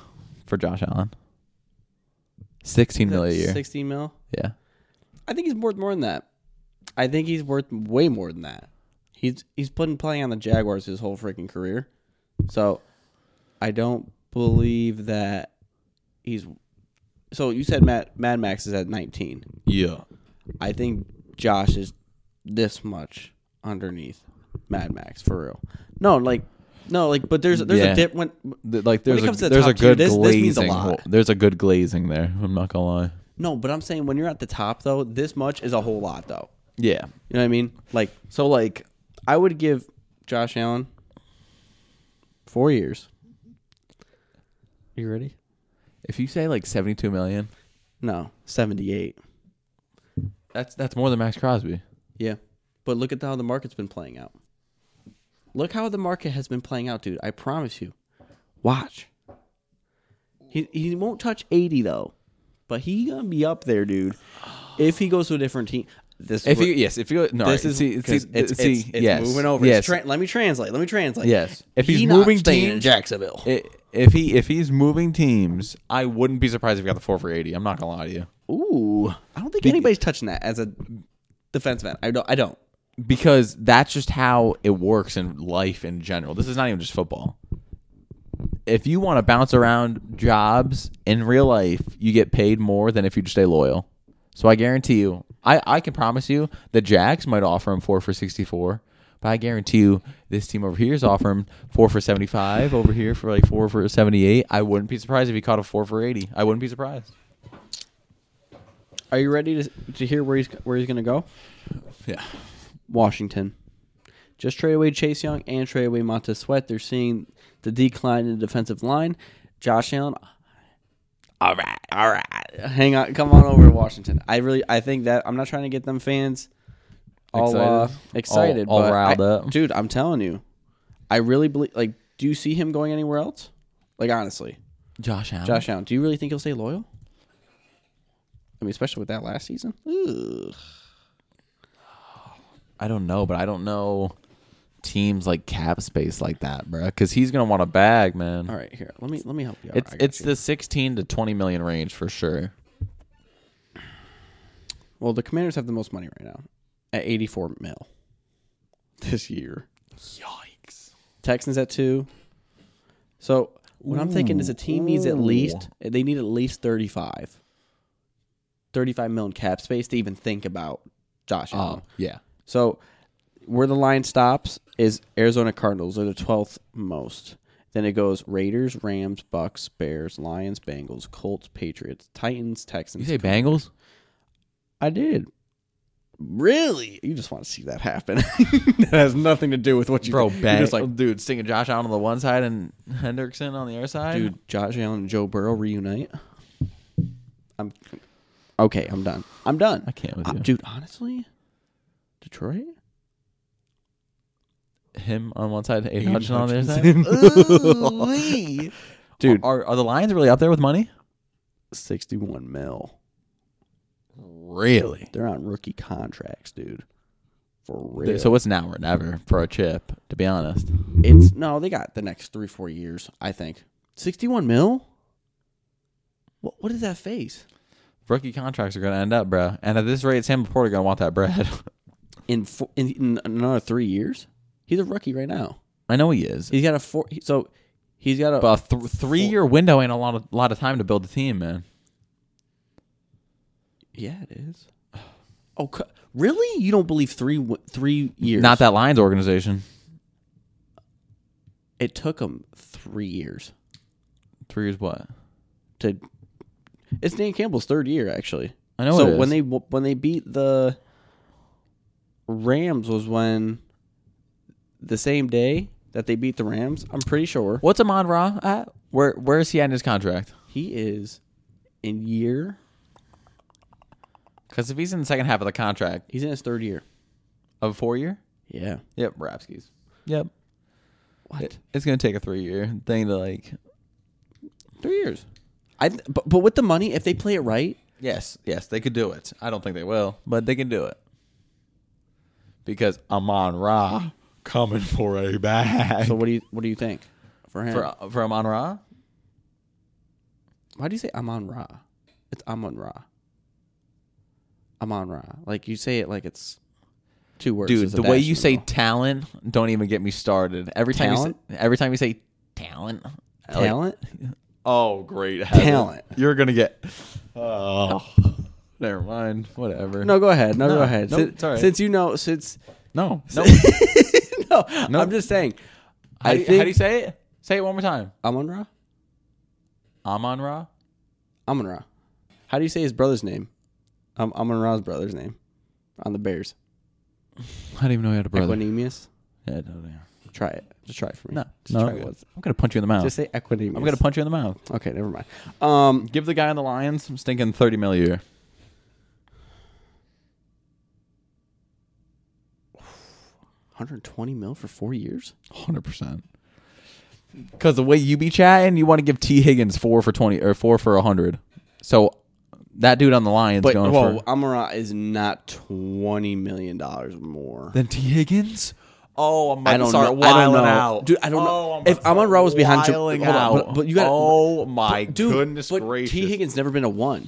for Josh Allen. Sixteen
Is that
million a year.
Sixteen mil.
yeah.
I think he's worth more than that. I think he's worth way more than that. He's he's been playing on the Jaguars his whole freaking career, so I don't believe that he's. So you said Matt Mad Max is at nineteen.
Yeah.
I think Josh is this much underneath Mad Max for real. No, like no, like but there's there's
Yeah.
a dip when
like there's
it comes
a
to the
there's a
top tier,
good
this- this
glazing.
means a lot.
hole- There's a good glazing there. I'm not gonna lie.
no, but I'm saying when you're at the top though, this much is a whole lot though.
Yeah.
You know what I mean? Like
So like
I would give Josh Allen four years, you ready?
If you say like 72 million,
No, 78.
that's that's more than Max Crosby.
Yeah. But look at how the market's been playing out. Look how the market has been playing out, dude. I promise you. Watch. He he won't touch 80 though. But he going to be up there, dude. If he goes to a different team. This
If
what-
you yes, if you no,
this
right,
is
see, see,
'cause it's,
see,
it's, it's
yes,
moving over.
Yes,
It's tra- let me translate. Let me translate.
yes. If
He
he's
not
moving
staying in
teams,
Jacksonville.
i- if he if he's moving teams, I wouldn't be surprised if he got the four for 80. I'm not gonna lie to you
Ooh, I don't think anybody's touching that as a defense man. I don't. I don't.
because that's just how it works in life in general. This is not even just football. If you want to bounce around jobs in real life, you get paid more than if you just stay loyal. So I guarantee you, I, I can promise you the Jags might offer him four for 64, but I guarantee you this team over here is offering him four for 75, over here for like four for 78. I wouldn't be surprised if he caught a four for 80. I wouldn't be surprised.
Are you ready to to hear where he's where he's gonna go?
Yeah.
Washington. Just trade away Chase Young and trade away Montez Sweat. They're seeing the decline in the defensive line. Josh Allen. All right, all right. Hang on, come on over to Washington. I really, I think that I'm not trying to get them fans all
Excited?
excited, uh, excited
All- all
but
riled
I-
up.
dude. I'm telling you, I really believe. Like, do you see him going anywhere else? Like, honestly,
Josh Allen.
Josh Allen, do you really think he'll stay loyal? I mean, especially with that last season. Ugh.
I don't know, but I don't know teams like cap space like that, bro. Because he's gonna want a bag, man.
All right, here. Let me let me help you. out.
It's
I got
it's
you.
the sixteen to twenty million range for sure.
well, the Commanders have the most money right now at 84 mil this year.
Yikes!
Texans at 2. So, what I'm thinking is a team needs at least they need at least 35 35 mil in cap space to even think about Josh Allen.
Oh yeah,
So where the line stops is Arizona Cardinals. They're the twelfth most. Then it goes Raiders, Rams, Bucks, Bears, Lions, Bengals, Colts, Patriots, Titans,
you
Texans.
say Bengals?
I did. Really? You just want to see that happen. that has nothing to do with what you
Bro,
think.
bang,
You're just like,
dude, singing Josh Allen on the one side and Hendrickson on the other side.
dude, Josh Allen and Joe Burrow reunite. I'm okay. I'm done. I'm done.
I can't with
Uh,
you.
dude, honestly, Detroit.
him on one side, Aiden Hutchinson on the other
Hutchinson.
side.
Ooh-wee. Dude.
are are the Lions really up there with money?
61 mil.
Really?
They're on rookie contracts, dude. For real.
So
So
it's now or never for a chip. To be honest,
it's no, they got the next three, four years, I think. Sixty-one mil. What what is that face?
rookie contracts are gonna end up, bro. And at this rate, Sam Laporta gonna want that bread.
In, four, in in another three years, he's a rookie right now.
I know he is.
He's got a four. he- So he's got a.
But a th- three year window ain't a lot of lot of time to build a team, man.
yeah, it is. Oh, cu- really? You don't believe three w- three years?
Not that Lions organization.
it took him three years
Three years what?
to. It's Dan Campbell's third year, actually.
I know.
so
it is.
when they when they beat the Rams was when the same day that they beat the Rams. I'm pretty sure
what's Amon Ra at? Where where is he at in his contract?
he is in year.
Because if he's in the second half of the contract
He's in his third year.
of four year,
Yeah.
yep, Rapskis. Yep,
What?
It- it's gonna take a three year thing to like.
Three years. I th- but, but with the money, if they play it right,
Yes, yes, they could do it. I don't think they will, but they can do it. Because Amon Ra coming for a bag.
so what do you what do you think for him?
for uh, for Amon Ra,
Why do you say Amon Ra? It's Amon Ra. Amon Ra. Like you say it like it's two words.
dude
It's a
the way you
bash
say
now.
talent don't even get me started every time
Talent?
you say, every time you say talent like-
talent.
oh great heaven.
Talent.
you're gonna get oh never mind whatever
No, go ahead. No,
No,
go ahead.
no,
Sin-
it's all right.
Since you know, since
no no
no,
No.
I'm just saying.
how,
I
do you,
think
how do you say it say it one more time
Amon Ra.
amon ra
Amon Ra. How do you say his brother's name? Um, Amon Ra's brother's name on the Bears.
i don't even know he had a
Equinemius.
yeah, I don't know.
Try it. Just try it for me.
No,
Just
no.
try it once.
I'm gonna punch you in the mouth.
Just say equity.
I'm gonna punch you in the mouth.
Okay, never mind. Um,
Give the guy on the Lions some stinking thirty mil a year.
hundred twenty mil for four years.
Hundred percent. Because the way you be chatting, you want to give T Higgins four for twenty or four for hundred. So that dude on the Lions
But
going
whoa,
for
Amara is not twenty million dollars more.
then T Higgins. Oh, I'm about
I don't
to start
know. I don't
wilding
know.
out,
Dude, I don't know.
Oh, I'm about
If
to start
Amon-Ra was behind Ja-
wilding
hold on,
out.
but- but you gotta-
Oh my
Dude,
goodness
but
gracious!
T Higgins never been a one.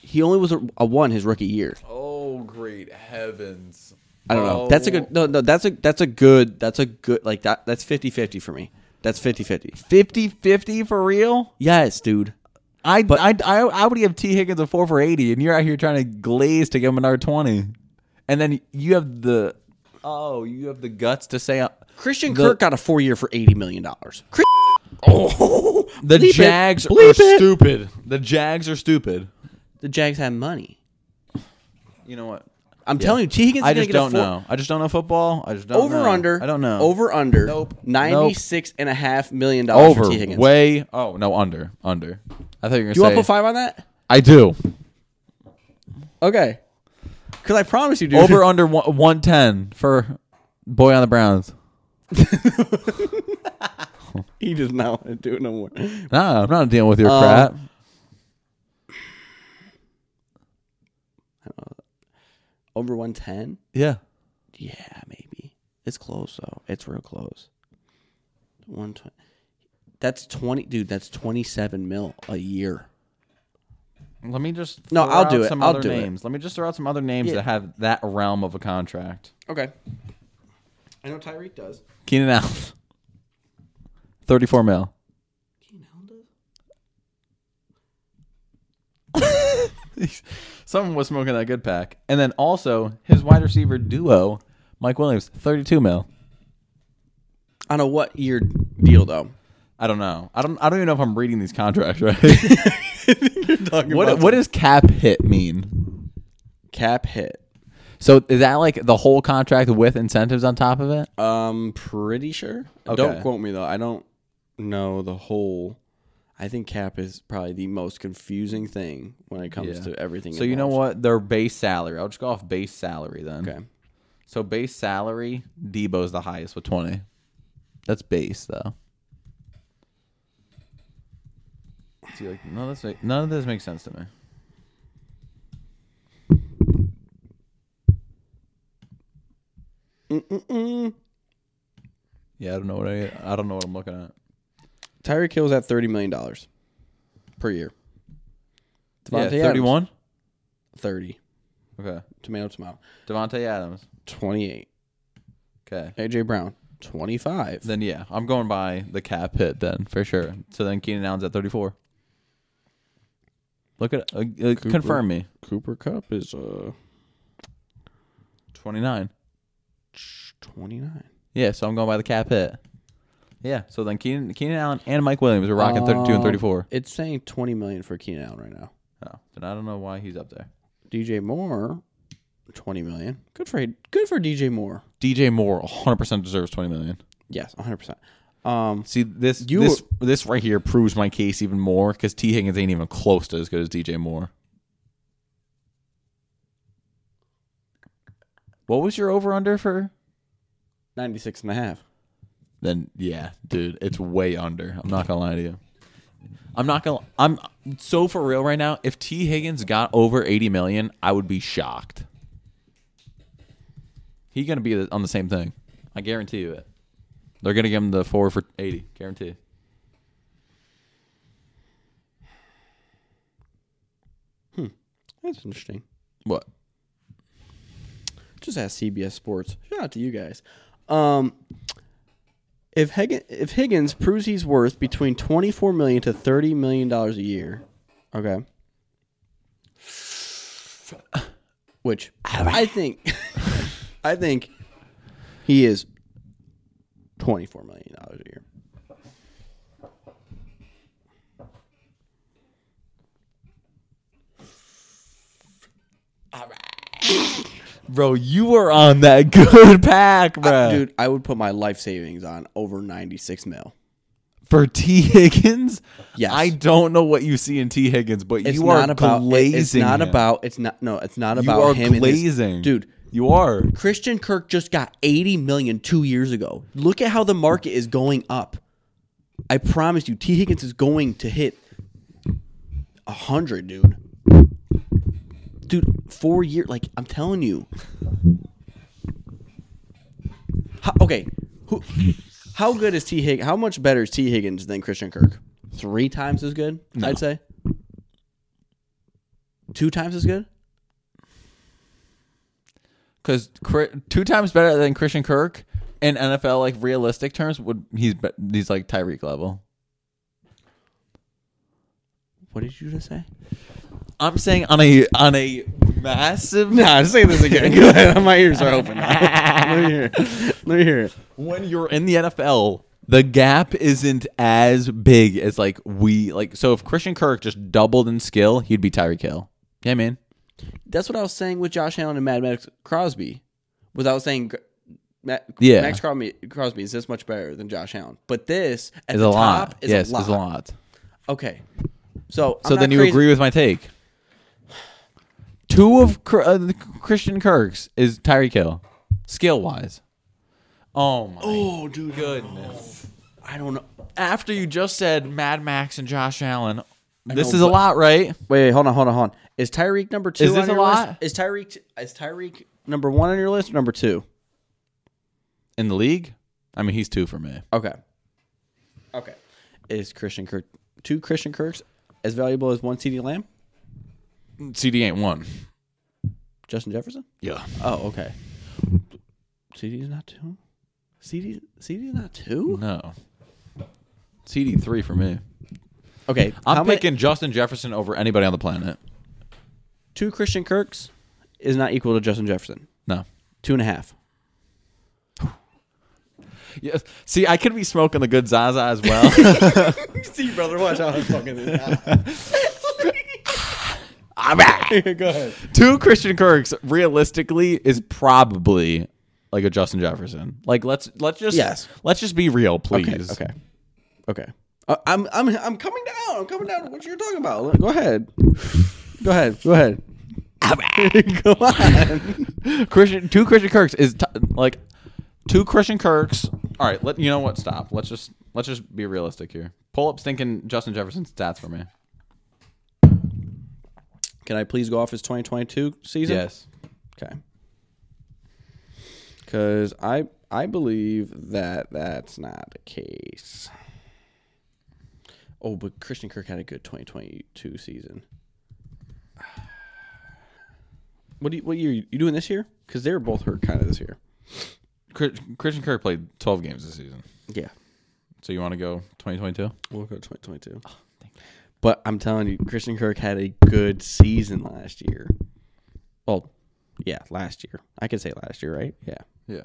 He only was a, a one his rookie year.
Oh great heavens!
I don't know. That's a good no no that's a that's a good that's a good like that that's 50-50 for me. That's
Oh.
50-50.
50-50 for real.
Yes, dude.
I I I I would give T Higgins a four for eighty, and you're out here trying to glaze to give him another twenty, and then you have the oh you have the guts to say uh,
Christian
The-
Kirk got a 4 year for 80 million dollars. Oh.
the
bleep it,
Jags
bleep
are
it.
stupid. The Jags are stupid.
The Jags have money.
You know what?
I'm telling you T Higgins is
I
going
just
to get a
don't
four,
know. I just don't know football. I just don't
over
know.
under.
I don't know.
Over under.
Nope.
Ninety six and a half million dollars
over
for T Higgins.
way. Oh no, under under. I thought you were gonna
you want
say
to put 5 on that?
I do
Okay. Cuz I promise you dude.
over under one, one ten for boy on the Browns.
he does not want to do it no more.
Nah, I'm not dealing with your
Uh,
crap.
Over 110?
Yeah.
Yeah, maybe. It's close though. It's real close. One twenty. That's twenty, dude. That's twenty-seven mil a year.
Let me just
No,
throw
I'll
out
do it.
Some
I'll
other
do it.
names. Let me just throw out some other names
Yeah.
that have that realm of a contract.
Okay. I know Tyreek does.
Keenan Allen, thirty-four mil.
Keenan Allen does.
Someone was smoking that good pack, and then also his wide receiver duo, Mike Williams, thirty-two mil.
On a what year deal though?
I don't know. I don't. I don't even know if I'm reading these contracts right. what What does cap hit mean?
Cap hit.
So is that like the whole contract with incentives on top of it?
Um, pretty sure. Don't
Okay.
quote me though. I don't know the whole. I think cap is probably the most confusing thing when it comes
Yeah.
to everything.
So you know
involved.
what? Their base salary. I'll just go off base salary then.
Okay.
So base salary, Debo's the highest with twenty. That's base though. See, like no, that's like, none of this makes sense to me.
Mm-mm.
Yeah, I don't know what I, I don't know what I'm looking at.
Tyreek Hill's at thirty million dollars per year. Davante
yeah,
Adams.
thirty-one.
Thirty.
Okay,
Tomato tomato.
Devonte Adams.
Twenty eight.
Okay,
AJ Brown. Twenty five.
then yeah, I'm going by the cap hit then for sure. So then Keenan Allen's at thirty-four. Look at uh, uh, confirm me
Cooper Cup is uh
twenty-nine.
twenty nine.
Yeah, so I'm going by the cap hit. Yeah, so then Keenan, Keenan Allen and Mike Williams are rocking 32 and 34.
It's saying twenty million for Keenan Allen right now.
Oh, then I don't know why he's up there.
DJ Moore, twenty million. Good for good for DJ Moore.
DJ Moore 100% deserves 20 million.
Yes, one hundred percent. Um,
See this
You-
this this right here proves my case even more because T Higgins ain't even close to as good as DJ Moore. What was your over under for?
ninety six and a half.
Then yeah, dude, it's way under. I'm not gonna lie to you. I'm not gonna. I'm so for real right now. If T Higgins got over 80 million, I would be shocked. He gonna be on the same thing. I guarantee you it. They're gonna give him the four for 80. Guarantee.
That's interesting.
What?
Just ask CBS Sports. Shout out to you guys. Um, if Higgins, if Higgins proves he's worth between twenty four million to thirty million dollars a year, okay, which I think, I think he is twenty four million dollars a year.
Bro, you were on that good pack, bro.
Uh, Dude, I would put my life savings on over 96 mil.
For T. Higgins?
Yes.
I don't know what you see in T. Higgins, but
It's
you are
not about
glazing.
it's not
him.
about it's not no, it's not
you
about
are
him and his-
glazing.
dude.
You are.
Christian Kirk just got 80 million 2 years ago. Look at how the market is going up. I promise you T Higgins is going to hit 100, dude. Dude, 4 year like I'm telling you. How, okay, who how good is T Higgins? How much better is T Higgins than Christian Kirk? 3 times as good, I'd say. 2 times as good?
because two times better than Christian Kirk in NFL like realistic terms would he's be- he's like Tyreek level.
What did you just say?
I'm saying on a on a massive
Nah, say this again. Go ahead. My ears are open. Now. Let me hear it. Let me hear it.
when you're in the NFL, the gap isn't as big as like we like. So if Christian Kirk just doubled in skill, he'd be Tyreek Hill. Yeah, man.
That's what I was saying with Josh Allen and Mad Max Crosby. Without saying, Gr- Ma-
Yeah.
Max Crosby, Crosby is this much better than Josh Allen. But this at
It's
the
a
top
lot.
is
yes,
a lot.
it's a lot.
Okay, so
So then you agree with my take. Two of Cr- uh, the Christian Kirk's is Tyreek Hill, skill wise. Oh my
Oh, dude,
goodness.
I don't know.
After you just said Mad Max and Josh Allen, this
know,
is a
but-
lot, right?
Wait, wait, hold on, hold on, hold on. Is Tyreek number two?
Is this
on your
a lot?
List? Is Tyreek is Tyreek number one on your list? or Number two?
In the league? I mean, he's two for me.
Okay. Okay. Is Christian Kirk two Christian Kirks as valuable as one CD Lamb?
CD ain't one.
Justin Jefferson?
Yeah.
Oh, okay. CD's not two. CD CD's not two.
No. CD three for me.
Mm-hmm. Okay,
I'm
how many-
picking Justin Jefferson over anybody on the planet.
two Christian Kirks is not equal to Justin Jefferson.
No.
Two and a half.
Yeah. See, I could be smoking the good Zaza as well.
See, brother, watch how I'm fucking
I'm back.
Go ahead.
two Christian Kirks realistically is probably like a Justin Jefferson. Like let's let's just
Yes.
let's just be real,
Okay.
please.
Okay. Okay. Uh, I'm I'm I'm coming down. I'm coming down. to What you're talking about? Go ahead. Go ahead. Go ahead. Go on.
Christian two Christian Kirks is t- like two Christian Kirks. All right, let you know what stop. Let's just let's just be realistic here. Pull up stinking Justin Jefferson stats for me.
Can I please go off his 2022 season?
Yes.
Okay. Because I I believe that that's not the case. Oh, but Christian Kirk had a good 2022 season. What do you, what year you doing this year? Because they were both hurt kind of this year.
Chris- Christian Kirk played 12 games this season.
Yeah,
So you want to go 2022?
we'll go 2022. But I'm telling you, Christian Kirk had a good season last year. Well, yeah, last year. I could say last year, right? Yeah.
Yeah.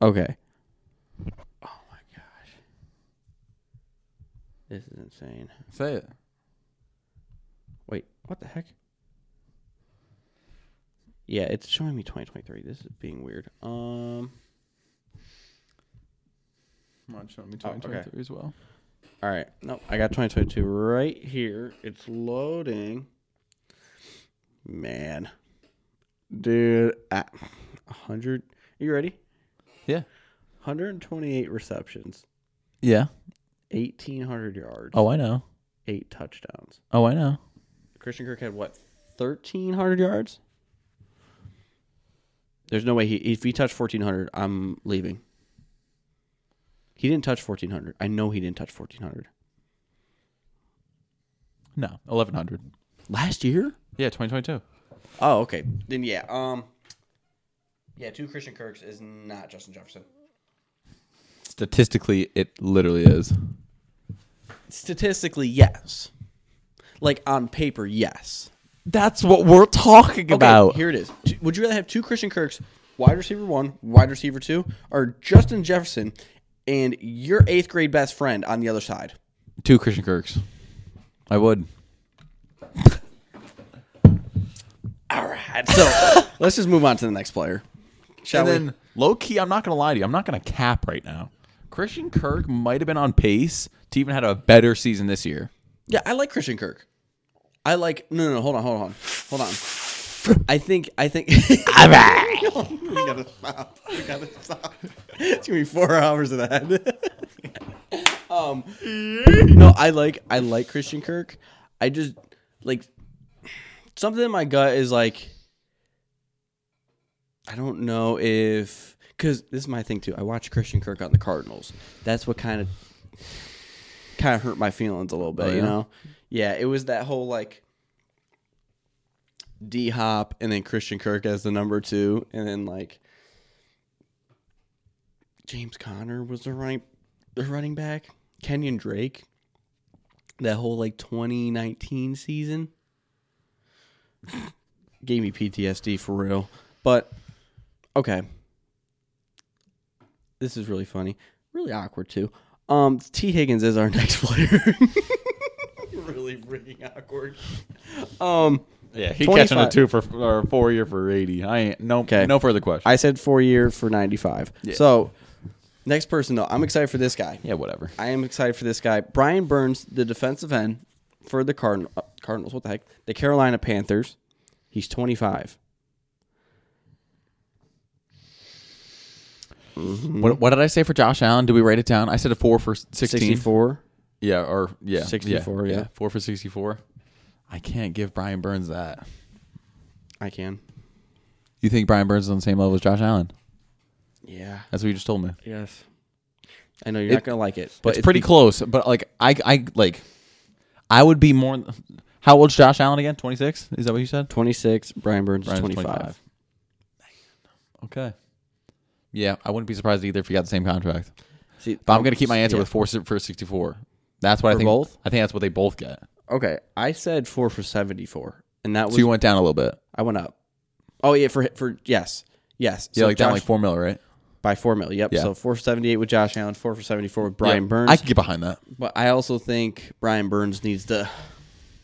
Okay. Oh my gosh. This is insane.
Say it.
Wait, what the heck? Yeah, it's showing me 2023. This is being weird. Um
Come on, show me
2023
as well.
all right. Nope, I got 2022 right here. It's loading. Man. Dude, ah, 100 You ready?
Yeah.
128 receptions,
Yeah.
1800 yards,
Oh, I know.
8 touchdowns.
Oh, I know.
Christian Kirk had what thirteen hundred yards. There's no way he if he touched fourteen hundred, I'm leaving. He didn't touch fourteen hundred. I know he didn't touch fourteen hundred
No, 1100.
last year.
Yeah, 2022.
Oh, okay. Then yeah, um, yeah, two Christian Kirks is not Justin Jefferson.
Statistically, it literally is.
Statistically, yes. Like on paper, yes.
That's what we're talking
Okay,
about.
here it is. T- Would you rather have two Christian Kirks, wide receiver one, wide receiver two, or Justin Jefferson and your eighth grade best friend on the other side?
Two Christian Kirks. I would.
All right. bad. So let's just move on to the next player. Shall
and
we?
then low key, I'm not gonna lie to you. I'm not gonna cap right now. Christian Kirk might have been on pace to even had a better season this year.
Yeah, I like Christian Kirk. I like no, no, no, hold on, hold on, hold on. I think I think we gotta stop. We gotta stop. It's gonna be four hours of that. um, no, I like I like Christian Kirk. I just like something in my gut is like I don't know if because this is my thing too. I watched Christian Kirk on the Cardinals. That's what kind of kind of hurt my feelings a little bit, you
yeah?
know? Yeah, it was that whole like D Hop and then Christian Kirk as the number two, and then like James Conner was the right the running back, Kenyon Drake. That whole like 2019 season gave me PTSD for real. But okay. This is really funny. Really awkward too. Um T Higgins is our next player. really freaking awkward. Um
Yeah, he
25.
catching a two for or four year for eighty. I ain't no
Okay.
no further question.
I said 4 year for 95. So next person though. I'm excited for this guy.
yeah, whatever.
I am excited for this guy. Brian Burns, the defensive end for the Cardin- uh, Cardinals. What the heck? The Carolina Panthers. He's 25.
What, what did I say for Josh Allen? Did we write it down? I said a four for sixteen.
64.
Yeah, or yeah,
64, yeah.
four for sixty-four. I can't give Brian Burns that.
I can.
You think Brian Burns is on the same level as Josh Allen?
Yeah.
That's what you just told me.
Yes. I know you're not gonna like it, but
it's pretty close, but like I, I like, I would be more. How old's Josh Allen again? Twenty six? Is that what you said?
26. Brian Burns is
Brian's
25.
Okay. Yeah, I wouldn't be surprised either if you got the same contract.
See,
But I'm going to keep my answer
yeah.
with four si- for sixty four. That's what I
For
think.
both?
I think that's what they both get.
Okay, I said four for 74, and that was
So you went down a little bit.
I went up. Oh yeah, for for yes, yes.
Yeah,
so
like
Josh,
down like four mil, right?
by four mil. Yep.
Yeah.
So four for 78 with Josh Allen, four for 74 with Brian
Yeah,
Burns.
I could get behind that.
but I also think Brian Burns needs to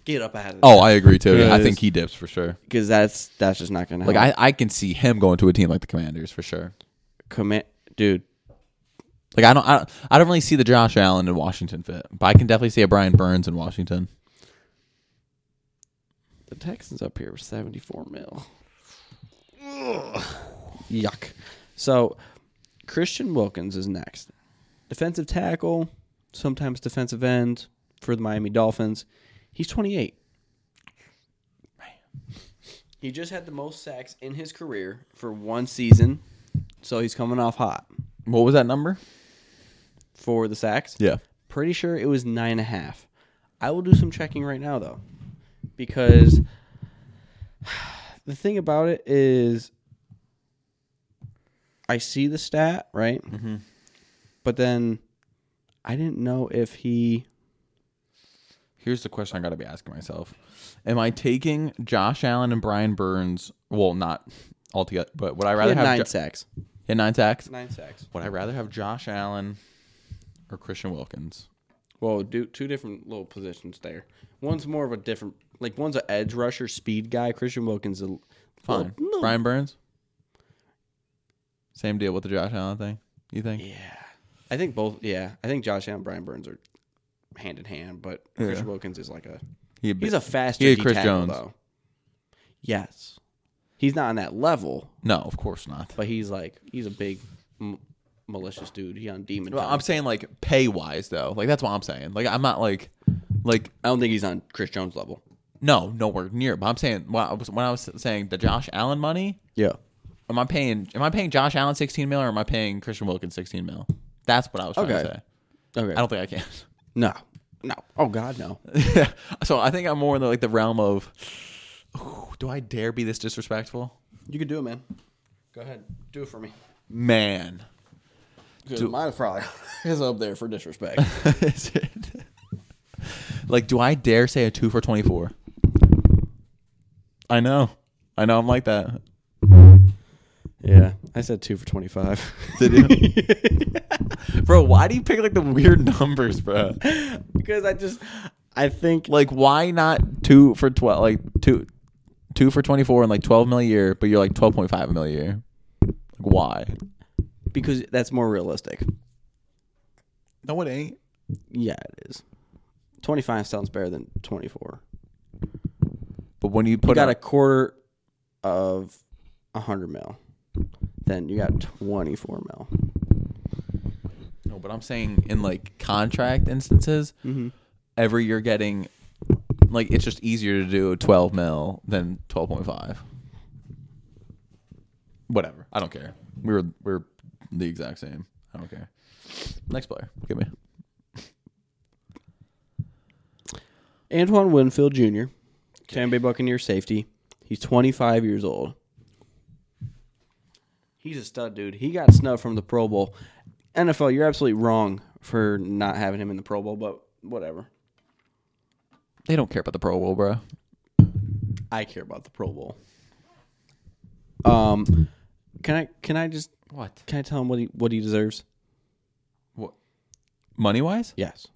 get up out of
Oh, I agree too. Yeah,
Yeah,
I
it
think
is.
he dips for sure.
because that's that's just not gonna
Like
help.
I, I can see him going to a team like the Commanders for sure.
commit, dude.
Like I don't I, don't- I don't really see the Josh Allen in Washington fit, but I can definitely see a Brian Burns in Washington.
The Texans up here were 74 mil. Yuck. So Christian Wilkins is next. Defensive tackle, sometimes defensive end for the Miami Dolphins. He's 28. He just had the most sacks in his career for one season, so he's coming off hot
What was that number?
for the sacks.
Yeah.
Pretty sure it was nine and a half. I will do some checking right now though, because the thing about it is, I see the stat right, but then I didn't know if he.
Here's the question I got to be asking myself: Am I taking Josh Allen and Brian Burns? Well, not altogether, but would I
he
rather
had
have
nine
Jo-
sacks.
hit nine sacks?
Nine sacks.
Would I rather have Josh Allen or Christian Wilkins?
Well, do two different little positions there. One's more of a different, like one's an edge rusher, speed guy. Christian Wilkins, a l-
Fine.
little-
Brian Burns. Same deal with the Josh Allen thing. You think?
Yeah. I think both yeah. I think Josh Allen and Brian Burns are hand in hand, but Christian Wilkins is like a
He-
he's a faster
He
he
had Chris
tackle,
Jones.
though. Yes. He's not on that level,
no, of course not.
but he's like he's a big m- malicious dude. He on demon
Well,
time.
I'm saying like pay wise though. Like that's what I'm saying. Like I'm not like like
I don't think he's on Chris Jones level.
no nowhere near. But I'm saying when I was, when I was saying the Josh Allen money,
Yeah.
am I paying am I paying Josh Allen 16 mil or am I paying Christian Wilkins 16 mil? That's what I was trying
Okay.
to say.
Okay.
I don't think I can.
no. No. Oh god, no.
so I think I'm more in the, like the realm of ooh, do I dare be this disrespectful?
You can do it, man. Go ahead. Do it for me.
Man.
Dude, mine probably is up there for disrespect.
Is it- like do I dare say a 2 for 24? I know. I know I'm like that.
yeah. I said 2 for 25.
bro, why do you pick like the weird numbers, bro?
because I just I think
Like why not 2 for 12 like 2 two for 24 and like 12 mil a year, but you're like 12.5 mil a year. Like, why?
because that's more realistic.
No, it ain't.
Yeah, it is. 25 sounds better than 24.
But when you put
got a
out,
quarter of 100 mil. Then you got 24 mil.
no, but I'm saying in like contract instances, every year getting like it's just easier to do 12 mil than 12.5. Whatever, I don't care. We were we are the exact same. I don't care. Next player, give me.
Antoine Winfield Jr., Tampa Bay Buccaneer safety. He's 25 years old. He's a stud, dude. He got snubbed from the Pro Bowl. NFL, you're absolutely wrong for not having him in the Pro Bowl, but whatever.
They don't care about the Pro Bowl, bro.
I care about the Pro Bowl. Um, can I can I just
What?
can I tell him what he what he deserves?
What? Money wise?
Yes.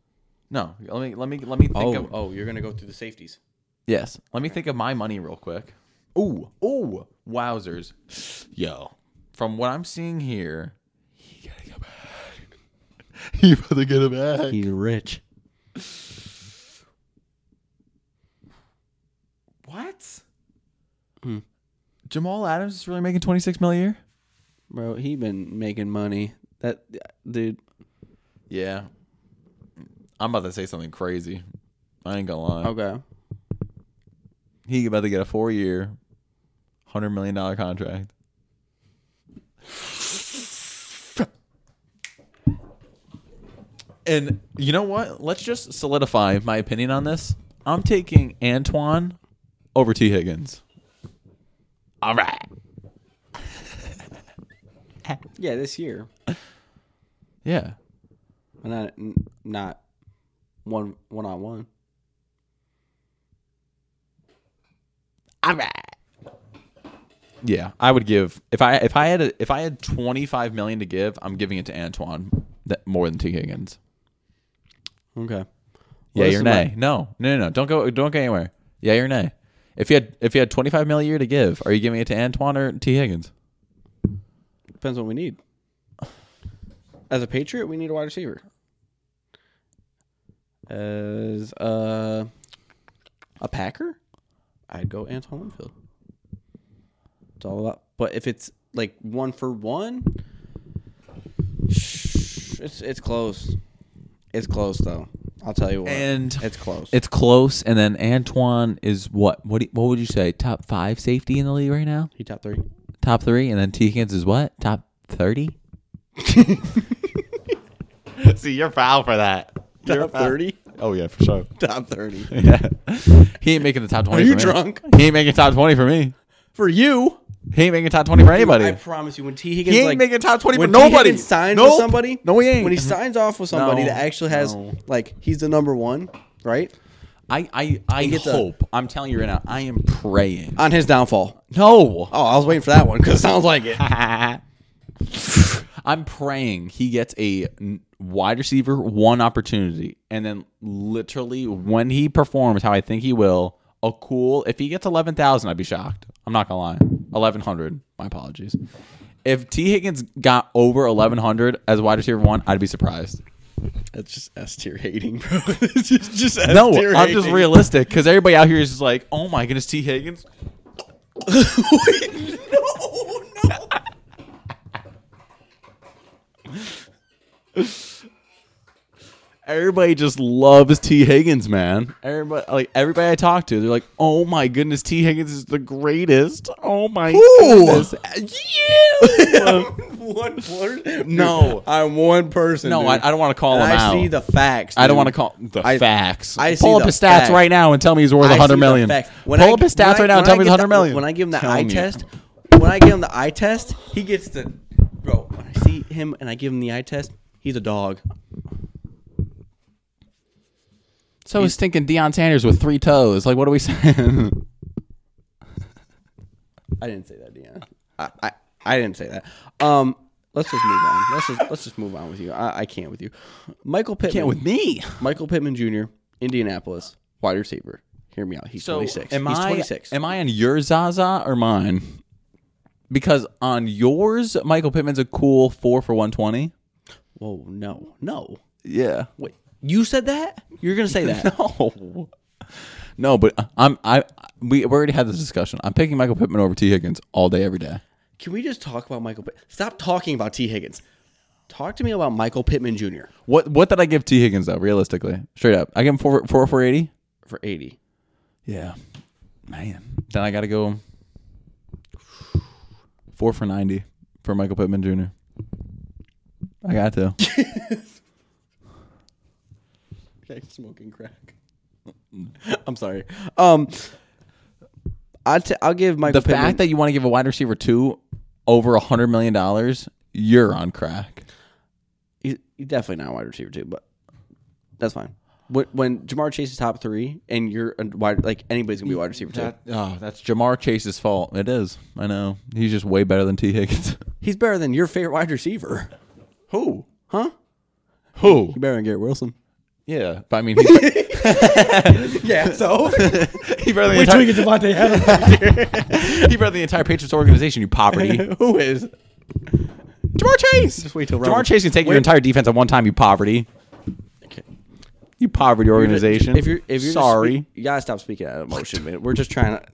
No. Let me let me let me think
Oh,
of
oh, you're gonna go through the safeties.
Yes. Let me think of my money real quick. Ooh, ooh, wowzers. Yo. From what I'm seeing here, he gotta go back. he better get it back.
He's rich.
what? Hmm. Jamal Adams is really making 26 mil a year?
Bro, he been making money. That dude,
Yeah. I'm about to say something crazy. I ain't gonna lie.
okay.
He about to get a four year, hundred million dollar contract. And you know what? Let's just solidify my opinion on this. I'm taking Antoine over T. Higgins. All right.
Yeah, this year.
Yeah.
And Not n- not one one on one.
All right. Yeah, I would give if I if I had a, if I had 25 million to give, I'm giving it to Antoine that, more than T. Higgins.
Okay.
Yeah,
Listen,
or nay. No, no, no, no. Don't go. Don't go anywhere. Yeah, or nay. If you had if you had twenty five mil a year to give, are you giving it to Antoine or T Higgins?
Depends what we need. As a Patriot, we need a wide receiver. As a, a Packer, I'd go Antoine Winfield. It's all about. But if it's like one for one, shh, it's it's close. It's close though. I'll tell you what.
And-
it's close.
It's close. And then Antoine is what? What? do you- what would you say? Top five safety in the league right now?
he top three.
Top three. And then T Higgins is what? Top thirty. See, you're foul for that.
Top thirty.
Oh yeah, for sure.
Top thirty.
Yeah. he ain't making the top twenty.
Are you
for me.
drunk?
He ain't making top twenty for me.
For you,
He ain't making top twenty for anybody.
I promise you, when T Higgins
He ain't
like,
making top 20
when
for nobody.
T Higgins signs
Nope.
with somebody,
No, he ain't.
When he signs off with somebody
No.
that actually has
No.
like he's the number one, right?
I I, I
gets a-
hope. i I'm telling you right now. I am praying.
On his downfall.
Uh, No.
Oh, I was waiting for that one because it sounds like it.
I'm praying he gets a n- wide receiver one opportunity, and then literally when he performs how I think he will, a cool. If he gets eleven thousand, I'd be shocked. I'm not gonna lie. Eleven hundred. My apologies. If T Higgins got over eleven hundred as wide receiver one, I'd be surprised.
That's just S tier hating, bro. It's just, just S
No,
tier
I'm just
hating.
realistic because everybody out here is just like, oh my goodness, T Higgins.
Wait, no, no.
Everybody just loves T. Higgins, man. Everybody, like everybody I talk to, they're like, "Oh my goodness, T. Higgins is the greatest." Oh my goodness, yeah.
one person.
No.
I'm one person.
no,
dude.
I, I don't want to call
And
him
I
out.
see the facts.
I don't
dude.
want to call the
I-
facts.
I see
pull up
the
his stats
facts.
right now and tell me he's worth
I see
100
the
million.
fact.
Pull
I-
up his
when I-
stats right now
when
and tell
I
me he's
get
100
the-
million.
When I give him the
Tell
eye
me.
test, when I give him the eye test, he gets the bro. When I see him and I give him the eye test, he's a dog.
so he's thinking Deion Sanders with three toes. Like, what are we saying?
I didn't say that, Deanna. I, I I didn't say that. Um, let's just move on. Let's just let's just move on with you. I, I can't with you. Michael Pittman.
me.
Michael Pittman Jr. Indianapolis wide receiver. Hear me out. He's
So
26.
am
He's
I?
26.
Am I on your Zaza or mine? Because on yours, Michael Pittman's a cool four for one twenty.
Whoa, no, no.
Yeah.
Wait, you said that? You're gonna say that?
No. No, but I'm I we we already had this discussion. I'm picking Michael Pittman over T Higgins all day every day.
Can we just talk about Michael? Pitt- Stop talking about T. Higgins. Talk to me about Michael Pittman Jr.
What what did I give T Higgins though? Realistically, straight up, I give him four four for eighty.
for 80.
Yeah, man. Then I got to go four for ninety for Michael Pittman Jr. I got to.
Okay, smoking crack. I'm sorry. Um, I'll, t- I'll give Michael
the fact that you want to give a wide receiver two over a hundred million dollars, you're on crack.
he's, he's definitely not a wide receiver too, but that's fine. When, when Jamar Chase is top three and you're a wide, like anybody's gonna be a wide receiver too.
oh, that's Jamar Chase's fault. It is. I know. He's just way better than T Higgins.
He's better than your favorite wide receiver. Who? Huh?
Who?
You better than Garrett Wilson.
Yeah, but I mean, he's better,
Yeah. So
he's better than the
Wait till
entire,
we get Devontae Adams.
he's better than the entire Patriots organization. You poverty.
who is?
Jamar Chase. Just
wait till
Jamar
Robert-
Chase can take your entire defense at one time. You poverty.
Okay.
You poverty organization.
If you're if you're just
sorry,
speak- you gotta stop speaking out of emotion, man. We're just trying to.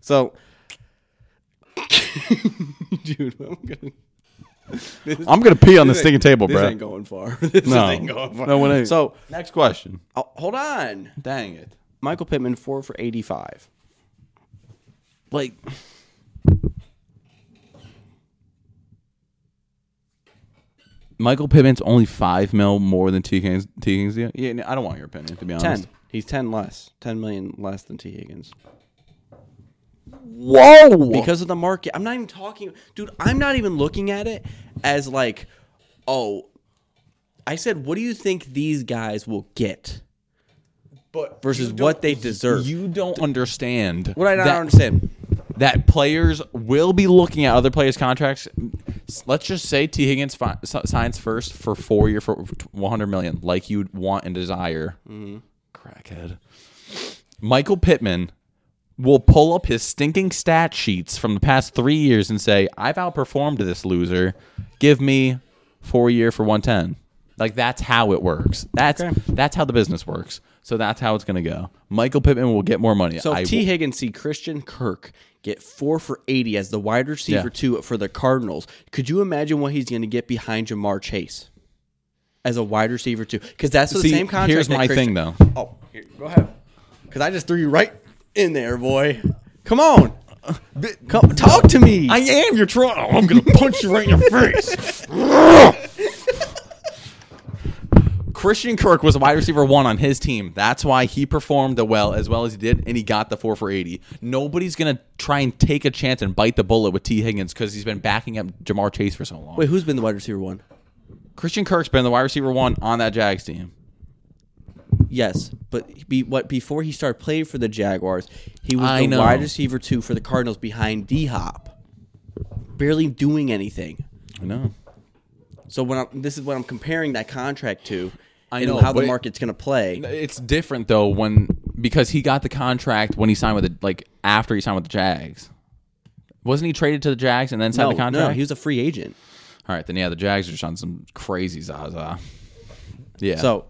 So, dude, I'm gonna.
I'm gonna pee on the
ain't-
stinking table,
This
bro.
ain't going far. This
Oh, No.
ain't going far.
No, it ain't.
So,
Next question.
uh, hold on.
Dang it.
Michael Pittman four for eighty five.
Like, Michael Pittman's only five mil more than T Higgins. T Higgins, yeah. yeah no, I don't want your opinion to be honest.
Ten. He's ten less. Ten million less than T Higgins
Whoa!
because of the market. I'm not even talking, dude. I'm not even looking at it as like, oh. I said, what do you think these guys will get?
but
versus what they deserve.
you don't understand.
what I don't
that,
understand.
that players will be looking at other players' contracts. Let's just say T Higgins fi- s- signs first for four year for 100 million, like you would want and desire.
Mm-hmm.
Crackhead. Michael Pittman will pull up his stinking stat sheets from the past three years and say, "I've outperformed this loser. Give me four year for 110." Like that's how it works. That's
Okay.
that's how the business works. So that's how it's gonna go. Michael Pittman will get more money.
So
I-
T. Higgins see Christian Kirk get four for eighty as the wide receiver
Yeah.
two for the Cardinals. Could you imagine what he's going to get behind Jamar Chase as a wide receiver two? Because that's the
See,
same contract.
Here's
that
my
Christian-
thing though.
Oh, here, go ahead. Because I just threw you right in there, boy. Come on, come talk to me.
I am your Toronto. I'm gonna punch you right in your face. Christian Kirk was a wide receiver one on his team. That's why he performed the well as well as he did, and he got the four for eighty. Nobody's gonna try and take a chance and bite the bullet with T. Higgins because he's been backing up Jamar Chase for so long.
Wait, who's been the wide receiver one?
Christian Kirk's been the wide receiver one on that Jags team.
Yes, but be, what before he started playing for the Jaguars, he was
I
the
know.
wide receiver two for the Cardinals behind D Hop, barely doing anything.
I know.
So when I'm, this is what I'm comparing that contract to,
I
and
know,
how
but
the
it-
market's going to play.
It's different though when because he got the contract when he signed with the like after he signed with the Jags. Wasn't he traded to the Jags and then signed
No,
the
no,
contract?
no, he was a free agent.
All right, then yeah, the Jags are just on some crazy Zaza. Yeah.
So,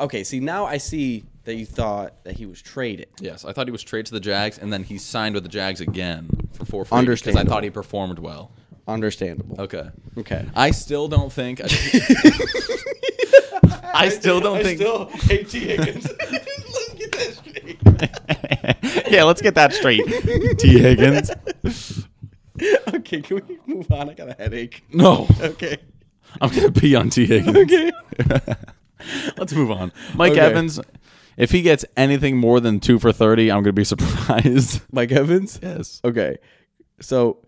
okay, see now I see that you thought that he was traded.
yes, I thought he was traded to the Jags, and then he signed with the Jags again for four. For because I
Understandable.
thought he performed well.
Understandable.
Okay.
Okay.
I still don't think. I, I still don't think.
hate T. Higgins. Let's get that straight.
yeah, let's get that straight. T. Higgins.
Okay, can we move on? I got a headache.
No,
Okay.
I'm gonna pee on T. Higgins.
Okay.
Let's move on. Mike
Okay.
Evans. If he gets anything more than two for thirty, I'm gonna be surprised.
Mike Evans?
Yes.
Okay. So,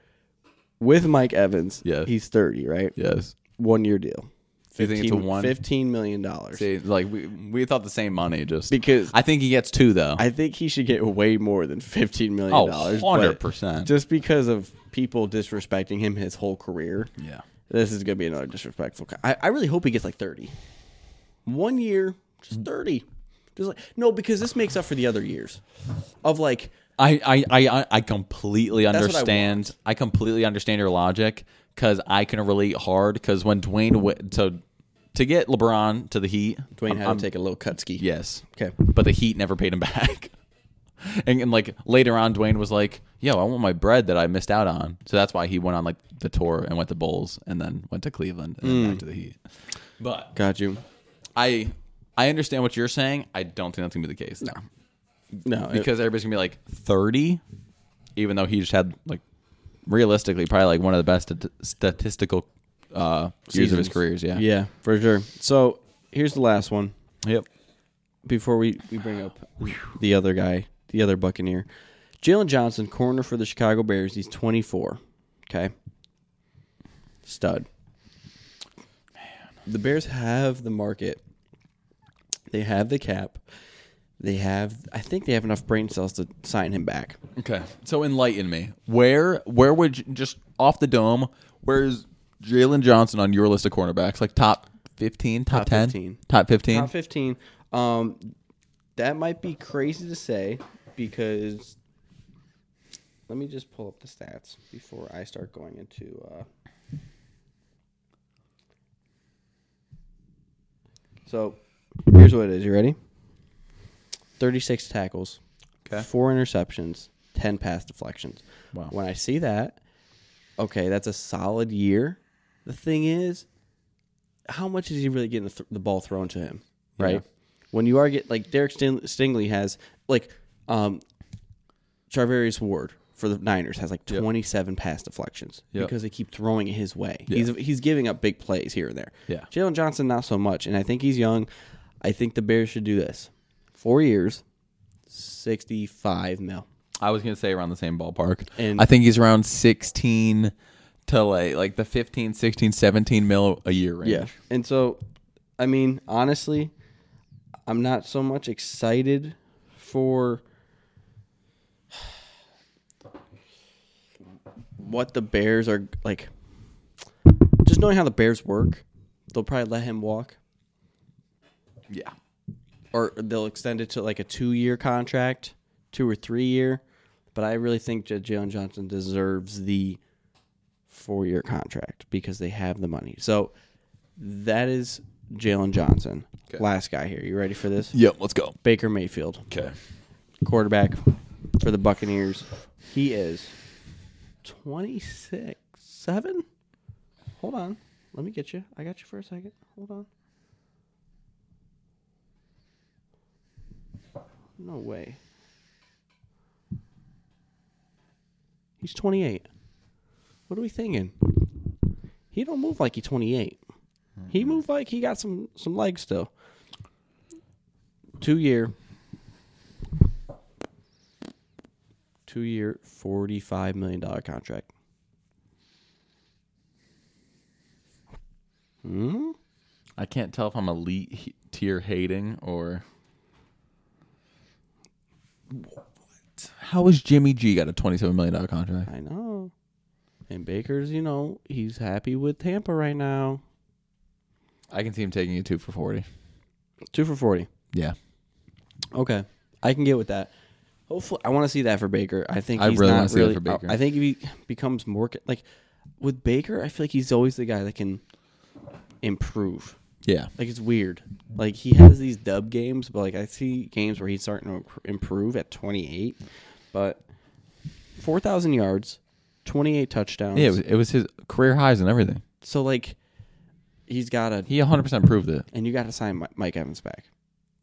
with Mike Evans,
Yeah.
he's 30, right?
Yes.
One year deal.
Do you think it's a one?
$15 million. dollars.
See, like we we thought the same money, just
Because-
I think he gets two though.
I think he should get way more than fifteen million
Oh,
dollars.
100%.
Just because of people disrespecting him his whole career.
yeah,
This is gonna be Hmm. another disrespectful. co- I, I really hope he gets like thirty. One year, just thirty. There's like no because this makes up for the other years of like
I I I, I- I completely
what I
understand. I, completely understand your logic because I can relate hard. Because when Dwayne w- to to get LeBron to the Heat,
Dwayne had
I'm-
to take a little cut ski.
yes,
Okay.
but the Heat never paid him back. And, and like later on, Dwayne was like, "Yo, I want my bread that I missed out on." So that's why he went on like the tour and went to Bulls and then went to Cleveland and
Hmm.
then back to the Heat. But
Got you.
I I understand what you're saying. I don't think that's gonna be the case. No,
No, it-
because everybody's gonna be like 30, even though he just had like realistically probably like one of the best stat- statistical uh, years of
Seasons.
his careers. Yeah.
yeah, for sure. So here's the last one
Yep.
before we, we bring up the other guy, the other Buccaneer. Jalen Johnson, corner for the Chicago Bears. He's 24. Okay. Stud. The Bears have the market. They have the cap. They have, I think they have enough brain cells to sign him back.
Okay. So enlighten me. Where where would you, just off the dome? Where's Jalen Johnson on your list of cornerbacks? Like top 15, top 10,
15.
top 15.
Top 15. Um, that might be crazy to say because let me just pull up the stats before I start going into. Uh, so here's what it is. You ready? 36 tackles,
Okay.
four interceptions, 10 pass deflections.
Wow.
When I see that, okay, that's a solid year. The thing is, how much is he really getting the, th- the ball thrown to him, right? When you are get like Derek Stin- Stingley has like um Charvarius Ward for the Niners has like 27 pass deflections
Yep.
because they keep throwing it his way. He's he's giving up big plays here and there.
Yeah.
Jalen Johnson not so much, and I think he's young. I think the Bears should do this. Four years, 65 mil.
I was gonna say around the same ballpark.
And-
I think he's around 16 to like like the 15, 16, 17 mil a year range.
Yeah. And so, I mean, honestly, I'm not so much excited for what the Bears are like. Just knowing how the Bears work, they'll probably let him walk
Yeah.
or they'll extend it to like a two year contract, two or three year. But I really think that Jalen Johnson deserves the four year contract because they have the money. So that is Jalen Johnson. Last guy here. You ready for this?
Yep. Let's go.
Baker Mayfield,
Okay.
quarterback for the Buccaneers. He is 26 7. Hold on. Let me get you. I got you for a second. Hold on. No way. He's 28. What are we thinking? He don't move like he 28. He moved like he got some some legs still. 2 year 2 year 45 million dollar contract. Hmm?
I can't tell if I'm elite he- tier hating or. What? How has Jimmy G got a $27 million contract?
I know. And Baker's, you know, he's happy with Tampa right now.
I can see him taking you two for 40.
2 for 40.
Yeah.
Okay, I can get with that. Hopefully, I want to see that for Baker. I think
I
he's
really
not
wanna see that
really,
for Baker.
I think if he becomes more co- like with Baker, I feel like he's always the guy that can improve.
Yeah.
Like it's weird. Like he has these dub games, but like I see games where he's starting to imp- improve at 28. But 4,000 yards, 28 touchdowns.
Yeah, it was, it was his career highs and everything.
so like he's got to,
He 100% proved it.
and you got to sign Mi- Mike Evans back.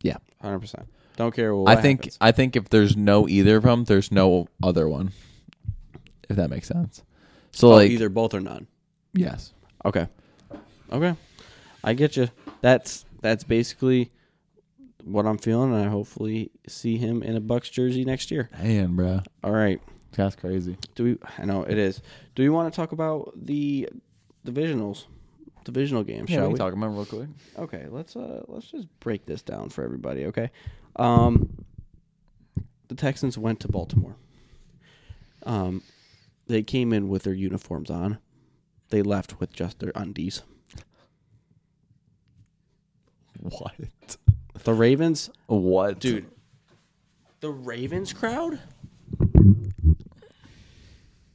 Yeah.
100. percent Don't care. What
I think
happens.
I think if there's no either of them, there's no other one. If that makes sense. So
Oh,
like
either both or none.
yes.
Okay. Okay. I get you. That's that's basically what I'm feeling, and I hopefully see him in a Bucks jersey next year.
Man, bro.
All right.
That's crazy.
Do we? I know it is. Do we want to talk about the divisionals, divisional games?
Yeah,
shall
we
we?
can talk about him real quick.
Okay. Let's uh let's just break this down for everybody. Okay. Um, the Texans went to Baltimore. Um, they came in with their uniforms on. They left with just their undies.
What?
The Ravens,
What,
dude. The Ravens crowd.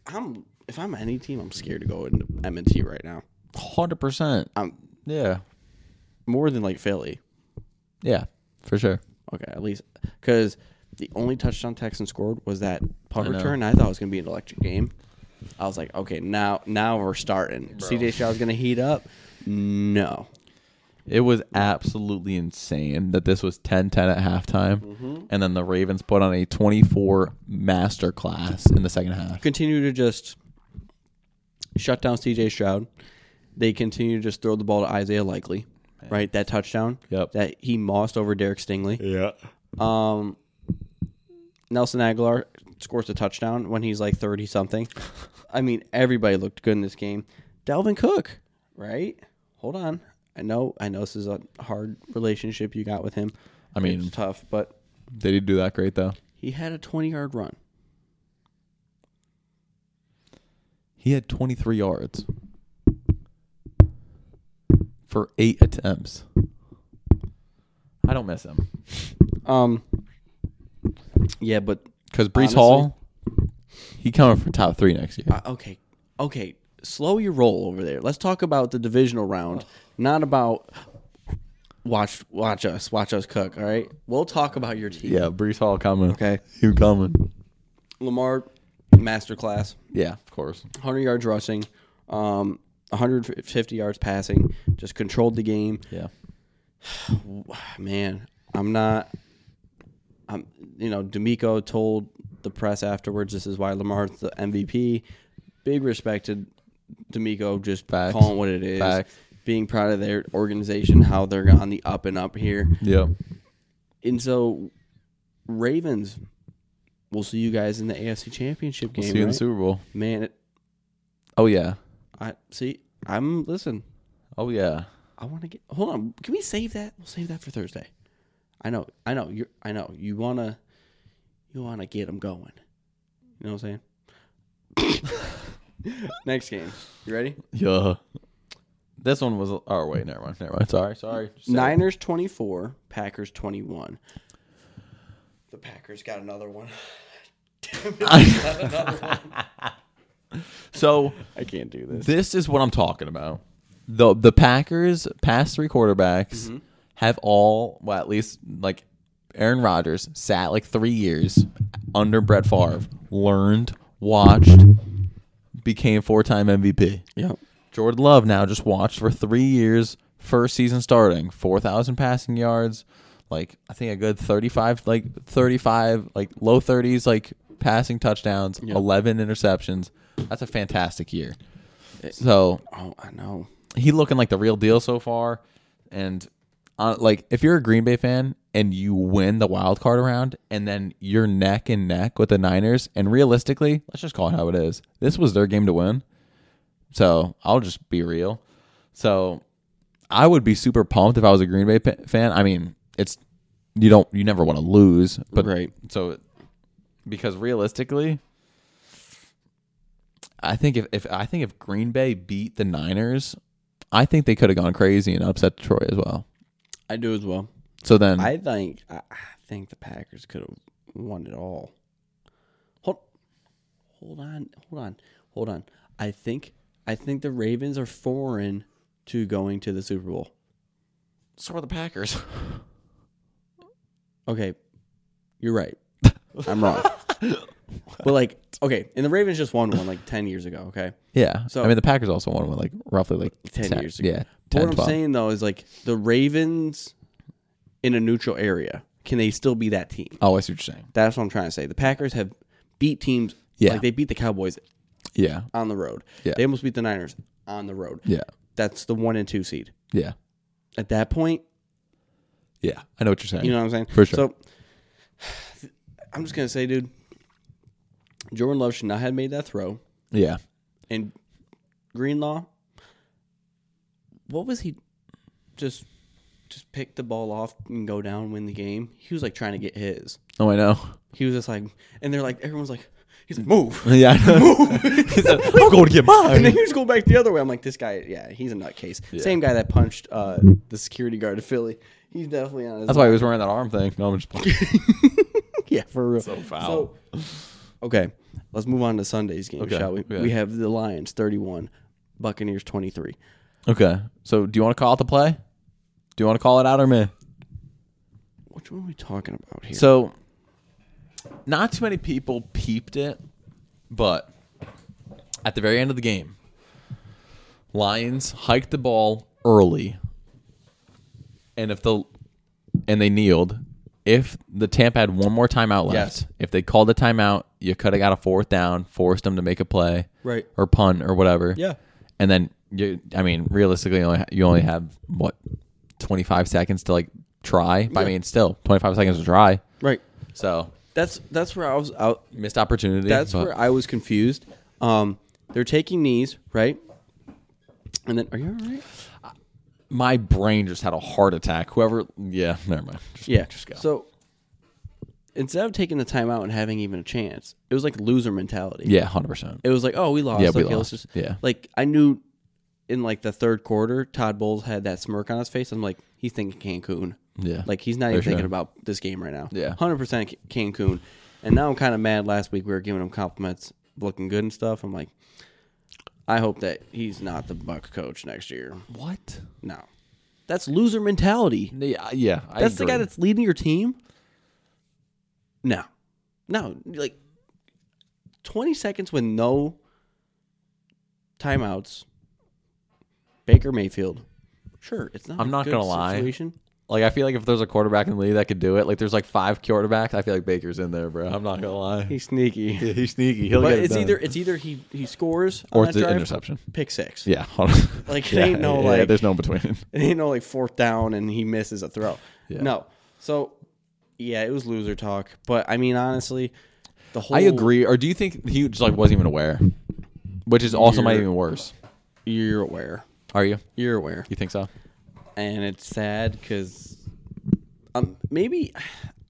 I'm if I'm any team, I'm scared to go into M&T right now.
Hundred percent.
I'm
Yeah,
more than like Philly.
yeah, for sure.
Okay, at least because the only touchdown Texans scored was that punt
I know.
return. I thought it was gonna be an electric game. I was like, okay, now now we're starting. CJ Stroud's gonna heat up. No,
It was absolutely insane that this was 10-10 at halftime, and then the Ravens put on a twenty-four masterclass in the second half.
continue to just shut down CJ Stroud. They continue to just throw the ball to Isaiah Likely, right? That touchdown
Yep.
that he mossed over Derek Stingley.
Yeah.
Um, Nelson Aguilar scores a touchdown when he's like 30 something. I mean, everybody looked good in this game. Dalvin Cook, right? Hold on. I know I know this is a hard relationship you got with him.
I mean-
it's tough, but
Did he do that great though?
he had a 20-yard run.
He had twenty-three yards for eight attempts. I don't miss him
Um Yeah, but
because
Honestly-
Brees Hall, he coming for top three next year.
uh, okay. Okay, slow your roll over there. Let's talk about the divisional round, not about watch watch us, watch us cook, all right? We'll talk about your team.
yeah, Brees Hall coming.
Okay.
you coming?
Lamar masterclass,
Yeah, of course.
100 yards rushing, um, 150 yards passing, just controlled the game.
Yeah.
Man, I'm not. I'm, you know, D'Amico told the press afterwards, "This is why Lamar's the MVP." Big respect to D'Amico, just
Facts.
calling what it is,
Facts.
being proud of their organization, how they're on the up and up here.
Yeah.
And so, Ravens, we'll see you guys in the AFC Championship game.
See you in
right?
the Super Bowl.
Man, it,
Oh yeah.
I see. I'm listen.
Oh yeah.
I want to get. Hold on. Can we save that? We'll save that for Thursday. I know. I know. You. I know. You wanna. You wanna get them going. You know what I'm saying? Next game. You ready?
Yeah. This one was. Oh wait, never mind. Never mind. Sorry. Sorry. Just said-
Niners 24, Packers 21. The Packers got another one.
So
I can't do this.
this is what I'm talking about. the The Packers' past three quarterbacks have all, well, at least like Aaron Rodgers sat like three years under Brett Favre, learned, watched, became four time MVP.
Yep.
Jordan Love now just watched for three years, first season starting, four thousand passing yards, like I think a good thirty five, like thirty five, like low thirties, like passing touchdowns, eleven interceptions. That's a fantastic year. So
Oh, I know.
he looking like the real deal so far, and uh, like if you're a Green Bay fan and you win the wild card round, and then you're neck and neck with the Niners, and realistically, let's just call it how it is. This was their game to win, so I'll just be real. So I would be super pumped if I was a Green Bay pa- fan. I mean, it's you don't you never want to lose, but
Right.
so because realistically. I think if, if I think if Green Bay beat the Niners, I think they could have gone crazy and upset Detroit as well.
I do as well.
So then,
I think I I think the Packers could have won it all. Hold, hold on, hold on, hold on. I think I think the Ravens are foreign to going to the Super Bowl.
so are the Packers.
Okay, you're right. I'm wrong. but like, okay, and the Ravens just won one like ten years ago. Okay,
Yeah.
So-
I mean, the Packers also won one like roughly like
10 years ago.
Yeah,
But
10,
what I'm
12.
saying though is like the Ravens in a neutral area can they still be that team?
Oh, I see what you're saying.
That's what I'm trying to say. The Packers have beat teams.
Yeah.
like they beat the Cowboys
Yeah,
on the road.
Yeah.
They almost beat the Niners on the road.
yeah,
That's the one and two seed.
yeah,
At that point,
yeah. I know what you're saying.
you know what I'm saying?
For sure.
So I'm just gonna say, dude, Jordan Love should not have made that throw.
yeah,
And Greenlaw, what was he just just pick the ball off and go down, win the game? He was like trying to get his.
oh, I know.
He was just like and they're like everyone's like he's like, move.
Yeah, I know. He said, I'm going to get
And then
mine.
he was going back the other way. I'm like, this guy, yeah, he's a nutcase. Same guy that punched uh, the security guard of Philly. He's definitely on his.
That's why he was wearing that arm thing. No, I'm just playing.
yeah, for real.
So foul.
So, okay, let's move on to Sunday's game,
Okay,
shall we?
yeah.
We have the Lions 31, Buccaneers 23.
okay. So do you want to call it the play? Do you want to call it out or me?
Which one are we talking about here?
So, not too many people peeped it, but at the very end of the game, Lions hiked the ball early, and if the and they kneeled. If the Tampa had one more timeout left,
Yes.
if they called the timeout, you could have got a fourth down, forced them to make a play,
Right.
or punt or whatever.
Yeah.
and then you, I mean, realistically, you only you only have what twenty five seconds to like try. But I
Yeah.
mean, still twenty five seconds to try.
right.
So
That's that's where I was out.
missed opportunity.
That's
but-
where I was confused. Um, they're taking knees, right? And then, are you all right?
my brain just had a heart attack. Whoever, yeah, never mind. Just-
Yeah.
just go.
So instead of taking the time out and having even a chance, it was like loser mentality.
yeah, hundred percent.
It was like, oh, we lost.
Yeah, we
okay,
lost.
Let's just,
Yeah.
Like I knew in like the third quarter, Todd Bowles had that smirk on his face. I'm like, he's thinking Cancun.
Yeah,
Like he's not even
sure.
thinking about this game right now.
Yeah.
Hundred percent Cancun. And now I'm kind of mad. Last week we were giving him compliments, looking good and stuff. I'm like, I hope that he's not the Buck coach next year.
what?
No, that's loser mentality.
Yeah, yeah. I
That's the guy
agree.
that's leading your team. No, no, like twenty seconds with no timeouts. Baker Mayfield. Sure, it's not.
I'm
a
not
good
gonna lie.
Situation.
like. I feel like if there's a quarterback in the league that could do it, like there's like five quarterbacks. I feel like Baker's in there, bro. I'm not gonna lie.
He's sneaky.
Yeah, he's sneaky. He'll
But
get it
it's
done.
either it's either he he scores
or
on
it's
that
an
drive,
interception.
pick six.
Yeah,
Like, it
yeah,
ain't no,
yeah,
like-
There's no in between.
It ain't no like fourth down and he misses a throw.
Yeah.
No. So yeah, it was loser talk. But I mean, honestly, the whole
I agree. Or do you think he just like wasn't even aware? Which is also might
You're-
even worse.
You're aware.
Are you?
You're aware.
You think so?
and it's sad because um, maybe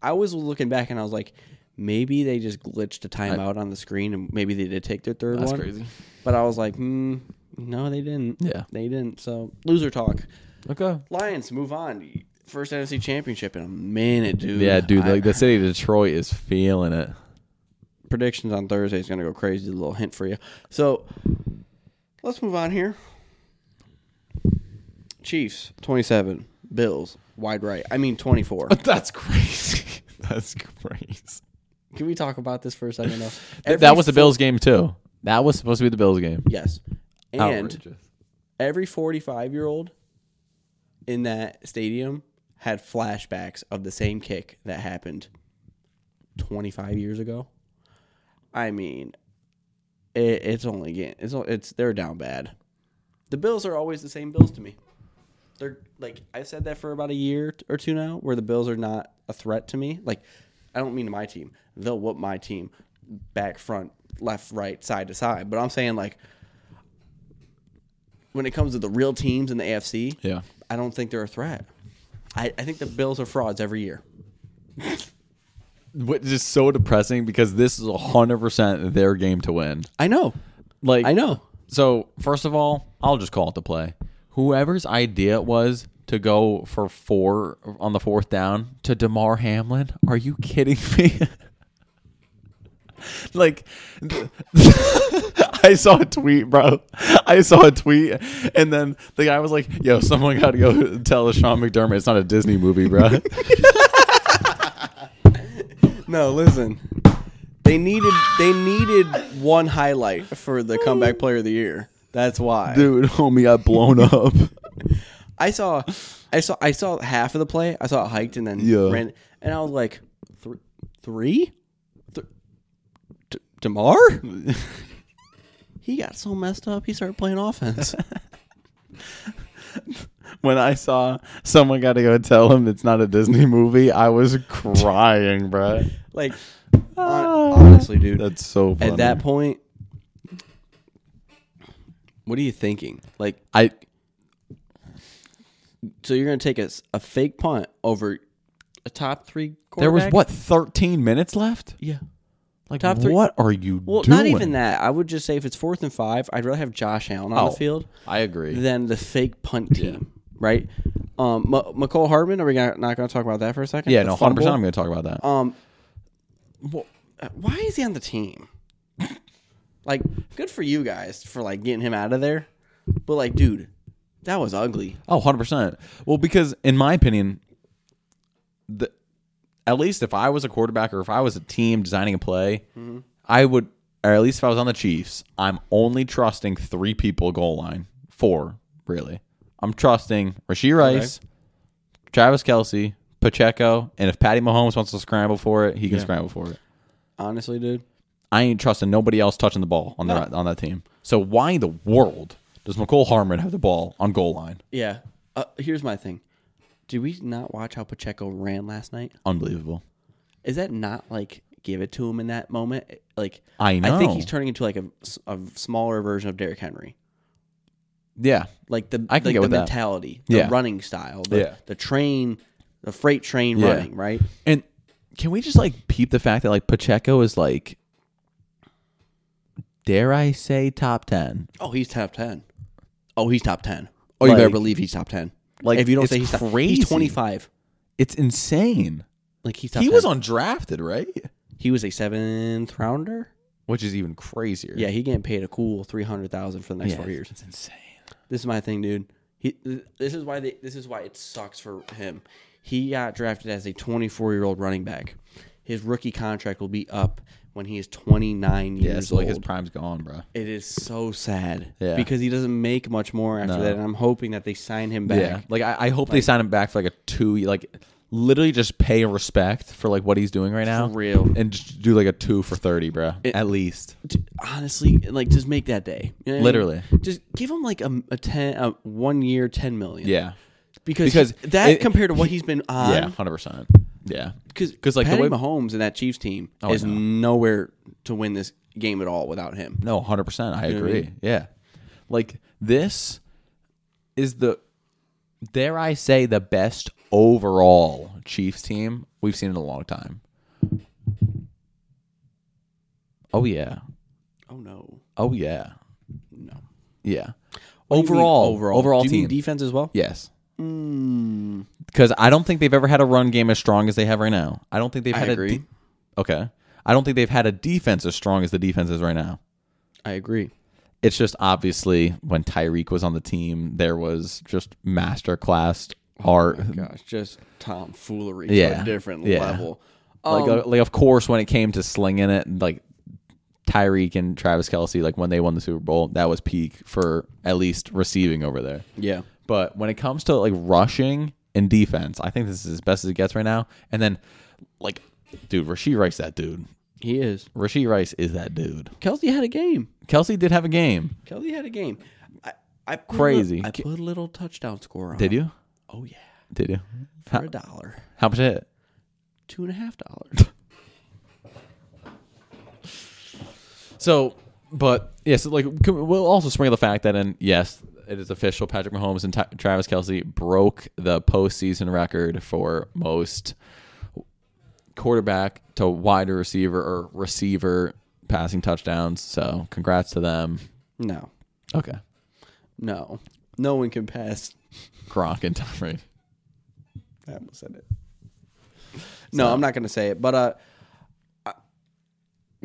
I was looking back and I was like, maybe they just glitched a timeout on the screen and maybe they did take their third
That's
one.
crazy.
But I was like, hmm, no, they didn't.
Yeah.
they didn't. So loser talk.
Okay.
Lions move on. First NFC Championship in a minute, dude.
Yeah, dude.
I-
Like the city of Detroit is feeling it.
predictions on Thursday is gonna go crazy. A little hint for you. So let's move on here. Chiefs twenty seven. Bills wide right. I mean twenty four.
That's crazy. That's crazy.
Can we talk about this for a second? Though?
that was the Bills game too. That was supposed to be the Bills game.
Yes. And every 45 year old in that stadium had flashbacks of the same kick that happened 25 years ago. I mean, it, it's only getting, it's, o- it's, they're down bad. The Bills are always the same Bills to me. They're like, I've said that for about a year t- or two now, where the Bills are not a threat to me. Like, I don't mean to my team. They'll whoop my team back, front, left, right, side to side. But I'm saying, like, when it comes to the real teams in the AFC,
Yeah.
I don't think they're a threat. I, I think the Bills are frauds every year.
Which is so depressing because this is hundred percent their game to win.
I know.
Like
I know.
So first of all, I'll just call it the play. Whoever's idea it was to go for four on the fourth down to Demar Hamlin, are you kidding me? like, I saw a tweet, bro. I saw a tweet, and then the guy was like, "Yo, someone got to go tell Sean McDermott it's not a Disney movie, bro."
No, listen. They needed they needed one highlight for the comeback player of the year. That's why.
Dude, homie got blown up.
I saw I saw I saw half of the play. I saw it hiked and then
Yeah.
ran and I was like "Thr- three? Th- D- Damar? he got so messed up he started playing offense.
when I saw someone got to go tell him it's not a Disney movie, I was crying, bro.
like hon- honestly, dude.
Ah. That's so funny.
At that point, what are you thinking? Like,
I
so you're going to take a, s- a fake punt over a top three quarterback?
there was what 13 minutes left.
Yeah.
Like
Top three-
what are you
Well,
doing?
not even that. I would just say if it's fourth and five, I'd rather have Josh Allen on
Oh.
the field
I agree.
than the fake punt team, right? Um, M- McCole Hardman. Are we gonna, not going to talk about that for a second?
Yeah,
The
no,
fumble?
hundred percent. I'm going to talk about that.
Um, wh- why is he on the team? like, good for you guys for like getting him out of there, but like, dude, that was ugly.
Oh, 100 percent. Well, because in my opinion, the at least if I was a quarterback or if I was a team designing a play,
Mm-hmm.
I would, or at least if I was on the Chiefs, I'm only trusting three people goal line, four really. I'm trusting Rasheed Rice, Travis Kelsey, Pacheco, and if Patty Mahomes wants to scramble for it, he can scramble for it.
Honestly, dude.
I ain't trusting nobody else touching the ball on that on that team. So why in the world does McCole Harmon have the ball on goal line?
Yeah. Uh, here's my thing. Did we not watch how Pacheco ran last night?
Unbelievable.
Is that not like give it to him in that moment? Like
I
I think
know.
he's turning into like a, a smaller version of Derrick Henry.
Yeah,
Like the
I can
like
get
the
with that.
mentality, the
Yeah.
running style, the,
Yeah.
the train, the freight train
Yeah.
running, right?
And can we just like peep the fact that like Pacheco is like, dare I say, top ten?
Oh, he's top ten. Oh, he's top ten. Oh, you better
Like-
believe he's top ten.
like,
Like if you don't
it's
say he's top,
crazy.
he's twenty five.
It's insane.
Like he's top.
he
10.
was undrafted, right?
He was a seventh rounder.
Which is even crazier.
Yeah, he getting paid a cool three hundred thousand for the next
Yeah,
four years.
It's insane.
This is my thing, dude. He, th- this is why they, this is why it sucks for him. He got drafted as a 24 year old running back. His rookie contract will be up when he is 29
Yeah,
years
so like his
old.
prime's gone, bro.
it is so sad
Yeah.
because he doesn't make much more after
No.
that, and I'm hoping that they sign him back.
Yeah, like I, I hope they sign him back for like a two, like literally just pay respect for like what he's doing right now,
real.
and just do like a two for thirty, bro, at least.
T- Honestly, like just make that day. You know what I mean?
Literally.
just give him like a, a ten, a one year, ten million.
Yeah,
because,
Because
that
it-
compared to what he's been on,
yeah, hundred percent. Yeah,
because
'Cause, like, the
Patty
way-
Mahomes and that Chiefs team
Oh, I
is
know.
nowhere to win this game at all without him.
No, hundred percent. I
know what I
agree.
mean?
Yeah, like this is the dare I say the best overall Chiefs team we've seen in a long time. Oh yeah,
Oh no,
oh yeah,
no.
yeah.
What do you mean
Overall,
overall,
overall,
Do you mean
team.
defense as well.
yes,
Mm,
because I don't think they've ever had a run game as strong as they have right now. I don't think they've
I
had a
agree.
de- okay. I don't think they've had a defense as strong as the defense is right now.
I agree.
it's just obviously when Tyreek was on the team, there was just masterclass art.
Oh, Gosh, just tomfoolery to
Yeah.
a different
Yeah.
level. Um,
like, uh, like, of course, when it came to slinging it, like Tyreek and Travis Kelsey, like when they won the Super Bowl, that was peak for at least receiving over there.
yeah,
But when it comes to like rushing and defense, I think this is as best as it gets right now. And then, like, dude, Rasheed Rice, that dude.
he is.
Rasheed Rice is that dude.
Kelsey had a game.
Kelsey did have a game.
Kelsey had a game. I, I put a little-
Crazy.
I put a little touchdown score on.
Did
him.
you?
Oh yeah,
Did you?
for a dollar,
How much it?
two and a half dollars.
So, but yes, like can- we'll also sprinkle the fact that, and yes, it is official. Patrick Mahomes and Ty Travis Kelsey broke the postseason record for most quarterback to wider receiver or receiver passing touchdowns. So, congrats to them.
no,
Okay,
no, no one can pass
Gronk and Tom Brady.
I almost said it. No, I'm not gonna say it, but uh.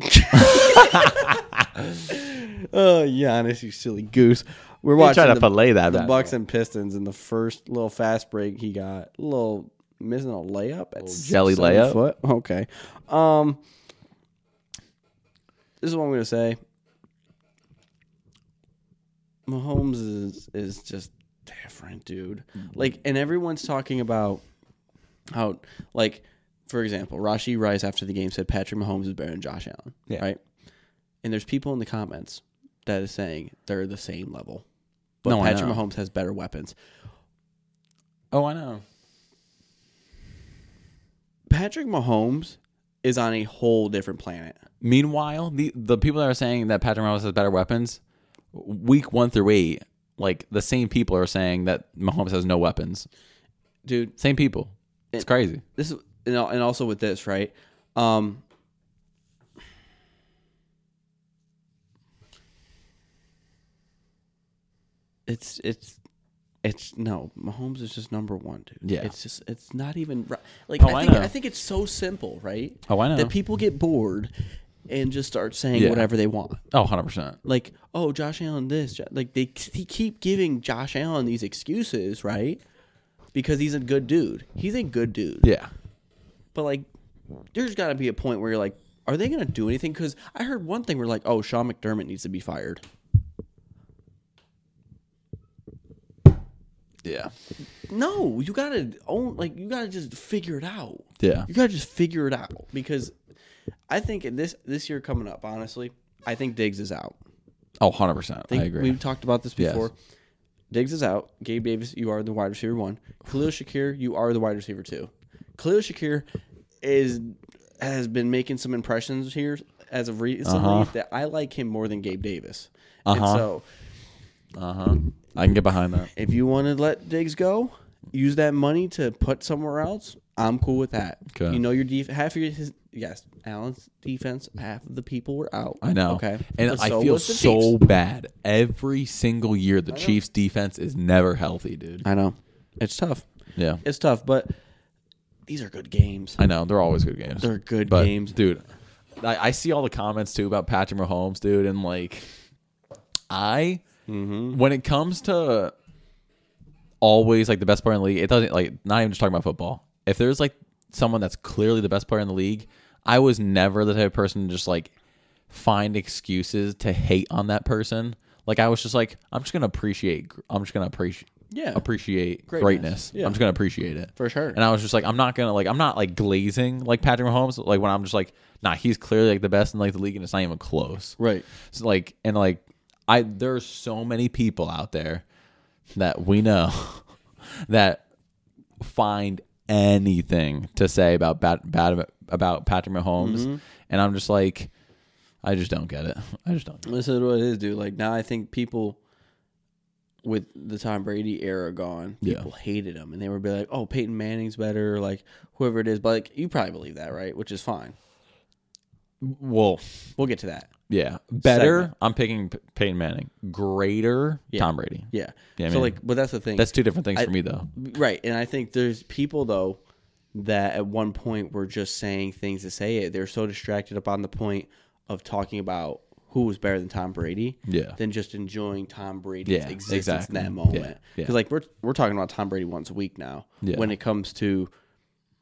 I- Oh, Giannis, you silly goose! We're watching
tried to
the,
fillet that
the
bad
Bucks and Pistons in the first little fast break. He got a little missing a layup at six,
jelly
seven
layup.
Foot. Okay, um, this is what I'm gonna say. Mahomes is is just different, dude. Like, and everyone's talking about how, like, for example, Rashi Rice after the game said Patrick Mahomes is better than Josh Allen,
Yeah.
right? And there's people in the comments that is saying they're the same level, but
No, I
Patrick
know.
Mahomes has better weapons.
Oh, I know.
Patrick Mahomes is on a whole different planet.
Meanwhile, the the people that are saying that Patrick Mahomes has better weapons, week one through eight, like the same people are saying that Mahomes has no weapons.
Dude,
Same people. It's crazy.
this is and al- and also with this right um it's it's It's no Mahomes is just number one, dude.
Yeah.
it's just it's not even ri- like
Oh,
I
I
think
know.
I think it's so simple, right?
Oh, I know.
that people get bored and just start saying
Yeah.
whatever they want.
Oh, 100 percent.
Like, oh, Josh Allen, this Jo- like they he keep giving Josh Allen these excuses, right? Because he's a good dude. He's a good dude.
Yeah.
But like, there's got to be a point where you're like, are they gonna do anything? Because I heard one thing where like, oh, Sean McDermott needs to be fired.
Yeah.
No, you gotta own like you gotta just figure it out.
Yeah.
You gotta just figure it out because I think in this this year coming up, honestly, I think Diggs is out.
Oh, 100 percent. I
think
agree.
We've talked about this
Yes.
before. Diggs is out. Gabe Davis, you are the wide receiver one. Khalil Shakir, you are the wide receiver two. Khalil Shakir is has been making some impressions here as of recently
Uh-huh.
that I like him more than Gabe Davis. And so
Uh huh. I can get behind that.
if you want to let Diggs go, use that money to put somewhere else. I'm cool with that.
Okay.
You know your def- half of your his, yes, Allen's defense. Half of the people were out.
I know.
Okay,
And
But
I
so
feel
was the
so
Chiefs.
bad every single year. The Chiefs' defense is never healthy, dude.
I know it's tough.
Yeah.
It's tough, but these are good games.
I know they're always good games.
They're good
but,
games.
dude. I, I see all the comments too about Patrick Mahomes, dude, and like, I
Mm-hmm.
when it comes to always like the best player in the league, it doesn't like not even just talking about football. If there's like someone that's clearly the best player in the league, I was never the type of person to just like find excuses to hate on that person. Like I was just like, I'm just gonna appreciate. I'm just gonna appreciate.
Yeah.
appreciate greatness.
Greatness. Yeah.
I'm just gonna appreciate it
For sure.
And I was just like, I'm not gonna like, I'm not like glazing like Patrick Mahomes. Like when I'm just like, nah, he's clearly like the best in like the league, and it's not even close.
Right.
So, like and like, I there's so many people out there that we know that find anything to say about bat, bat, about Patrick Mahomes,
Mm-hmm.
and I'm just like, I just don't get it. I just don't.
This is what it is, dude. Like now, I think people with the Tom Brady era gone,
Yeah.
people hated him, and they would be like, "Oh, Peyton Manning's better," or like whoever it is. But like, you probably believe that, right? Which is fine.
Well,
We'll get to that.
yeah, better.
Segment.
I'm picking P- Peyton Manning. Greater Tom Brady.
Yeah.
Yeah, I
so
mean-
like, but that's the thing,
That's two different things for me though.
right? And I think there's people though that at one point were just saying things to say it. They're so distracted upon the point of talking about who was better than Tom Brady.
Yeah.
than just enjoying Tom Brady's
Yeah,
existence
exactly.
in that moment. Because
Yeah, yeah.
like we're we're talking about Tom Brady once a week now.
Yeah.
When it comes to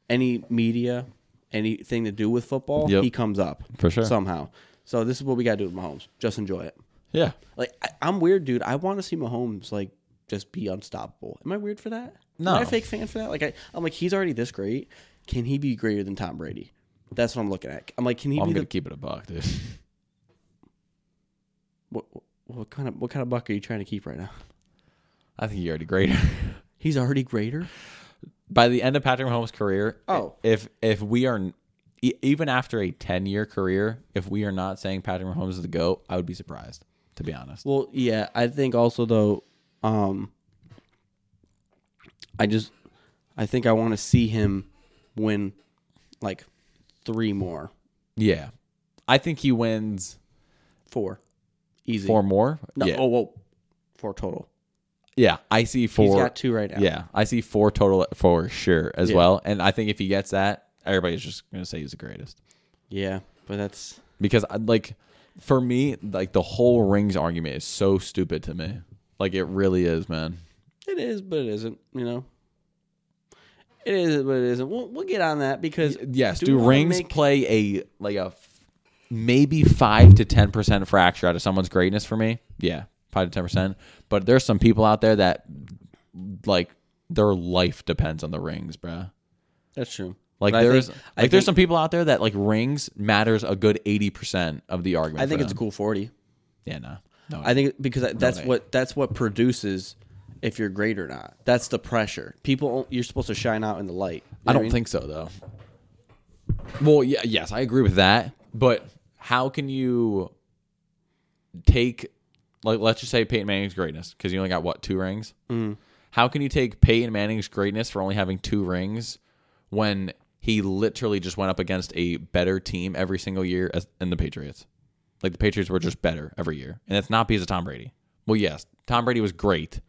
any media, anything to do with football,
Yep.
he comes up
For sure.
somehow. So this is what we got to do with Mahomes. Just enjoy it.
Yeah.
Like I, I'm weird, dude. I want to see Mahomes like just be unstoppable. Am I weird for that?
No.
Am I a fake fan for that? Like I, I'm like he's already this great. Can he be greater than Tom Brady? That's what I'm looking at. I'm like, can he
I'm
be
gonna
the
keep it a buck, dude.
what, what- what kind of what kind of buck are you trying to keep right now?
I think you're already greater.
He's already greater.
By the end of Patrick Mahomes' career,
Oh.
if if we are e- even after a 10 year career, if we are not saying Patrick Mahomes is the goat, I would be surprised. To be honest,
Well, yeah, I think also though, um, I just, I think I want to see him win, like, three more,
yeah, I think he wins
four, easy.
four more.
No,
yeah,
oh whoa, four total.
yeah, I see
He's
four.
got two right now.
Yeah, I see four total for sure as
Yeah.
well. And I think if he gets that, everybody's just gonna say he's the greatest.
yeah, but that's
because I- like for me like the whole rings argument is so stupid to me like it really is man
it is, but it isn't. You know, it is, but it isn't. We'll, we'll get on that because
yes do,
we wanna
rings
make-
play a like a f- maybe 5 to 10% fracture out of someone's greatness for me yeah 5 to 10% but there's some people out there that like their life depends on the rings bruh
that's true.
like
But I
there's
think-
like
I
there's
think-
some people out there that like rings matters a good 80% of the argument
I think
for
it's a
them.
cool forty.
yeah no no
I think because that's
way.
what that's what produces if you're great or not. That's the pressure. People, you're supposed to shine out in the light. You know what
I don't
mean?
think so, though. Well, yeah, yes, I agree with that. But how can you take, like, let's just say Peyton Manning's greatness because you only got what two rings?
Mm-hmm.
Mm. How can you take Peyton Manning's greatness for only having two rings when he literally just went up against a better team every single year as in the Patriots? Like the Patriots were just better every year, and that's not because of Tom Brady. Well, yes, Tom Brady was great,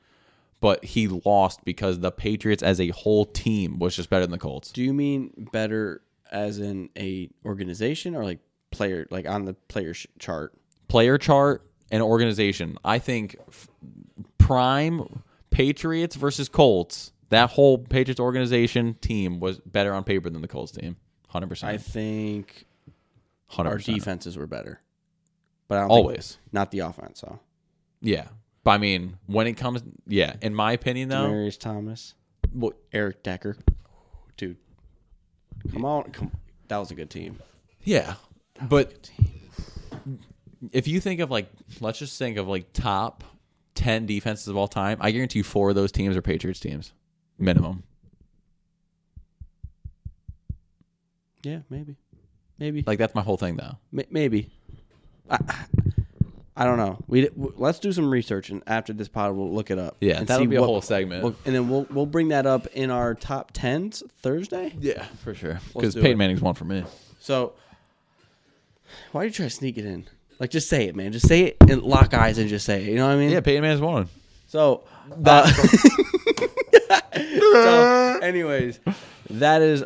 but he lost because the Patriots as a whole team was just better than the Colts.
Do you mean better as in a organization or like player, like on the player sh- chart?
Player chart and organization. I think f- prime Patriots versus Colts. That whole Patriots organization team was better on paper than the Colts team. 100%.
I think
100%.
our defenses were better, but I don't think-
always.
not the offense. So
Yeah. But I mean, when it comes yeah, in my opinion though,
Marius Thomas,
well,
Eric Decker, dude, come on, come. That was a good team.
Yeah. But if you think of like, let's just think of like top 10 defenses of all time, I guarantee you four of those teams are Patriots teams, minimum.
Yeah, maybe, maybe,
Like, that's my whole thing, though.
M- maybe. I, I don't know. We w- let's do some research, and after this pod, we'll look it up.
Yeah,
and
that'll
see
be a
what-
whole segment.
we'll- and then we'll we'll bring that up in our top tens Thursday.
yeah, for sure.
Let's
Because
do it.
Peyton Manning's one for me.
So, why do you try to sneak it in? Like, just say it, man. Just say it and lock eyes and just say it. You know what I mean?
Yeah, Peyton Manning's one.
So, uh, so, anyways, that is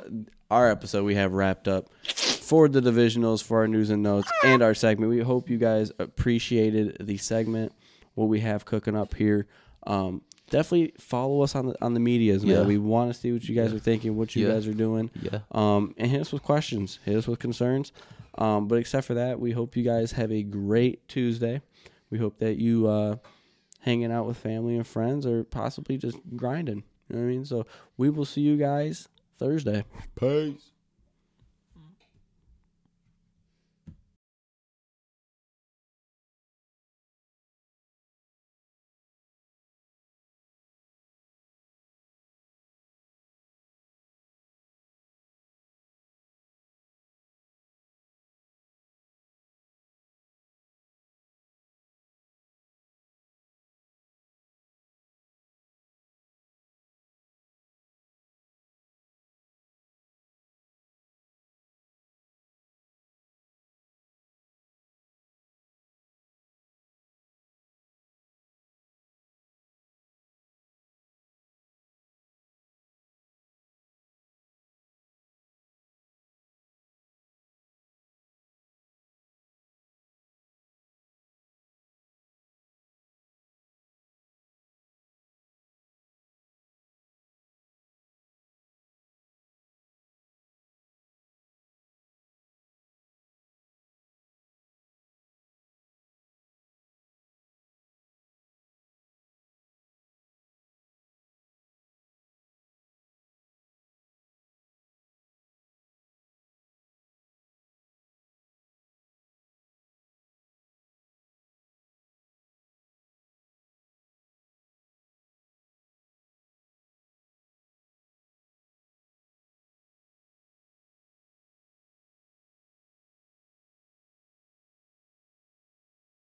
our episode we have wrapped up for the divisionals, for our news and notes, and our segment. We hope you guys appreciated the segment, what we have cooking up here. Um, definitely follow us on the on the medias, man.
Yeah.
We want to see what you guys are thinking, what you
Yeah.
guys are doing.
Yeah.
Um, and hit us with questions, hit us with concerns. Um, but except for that, we hope you guys have a great Tuesday. We hope that you uh, hanging out with family and friends or possibly just grinding. You know what I mean? So we will see you guys Thursday.
Peace.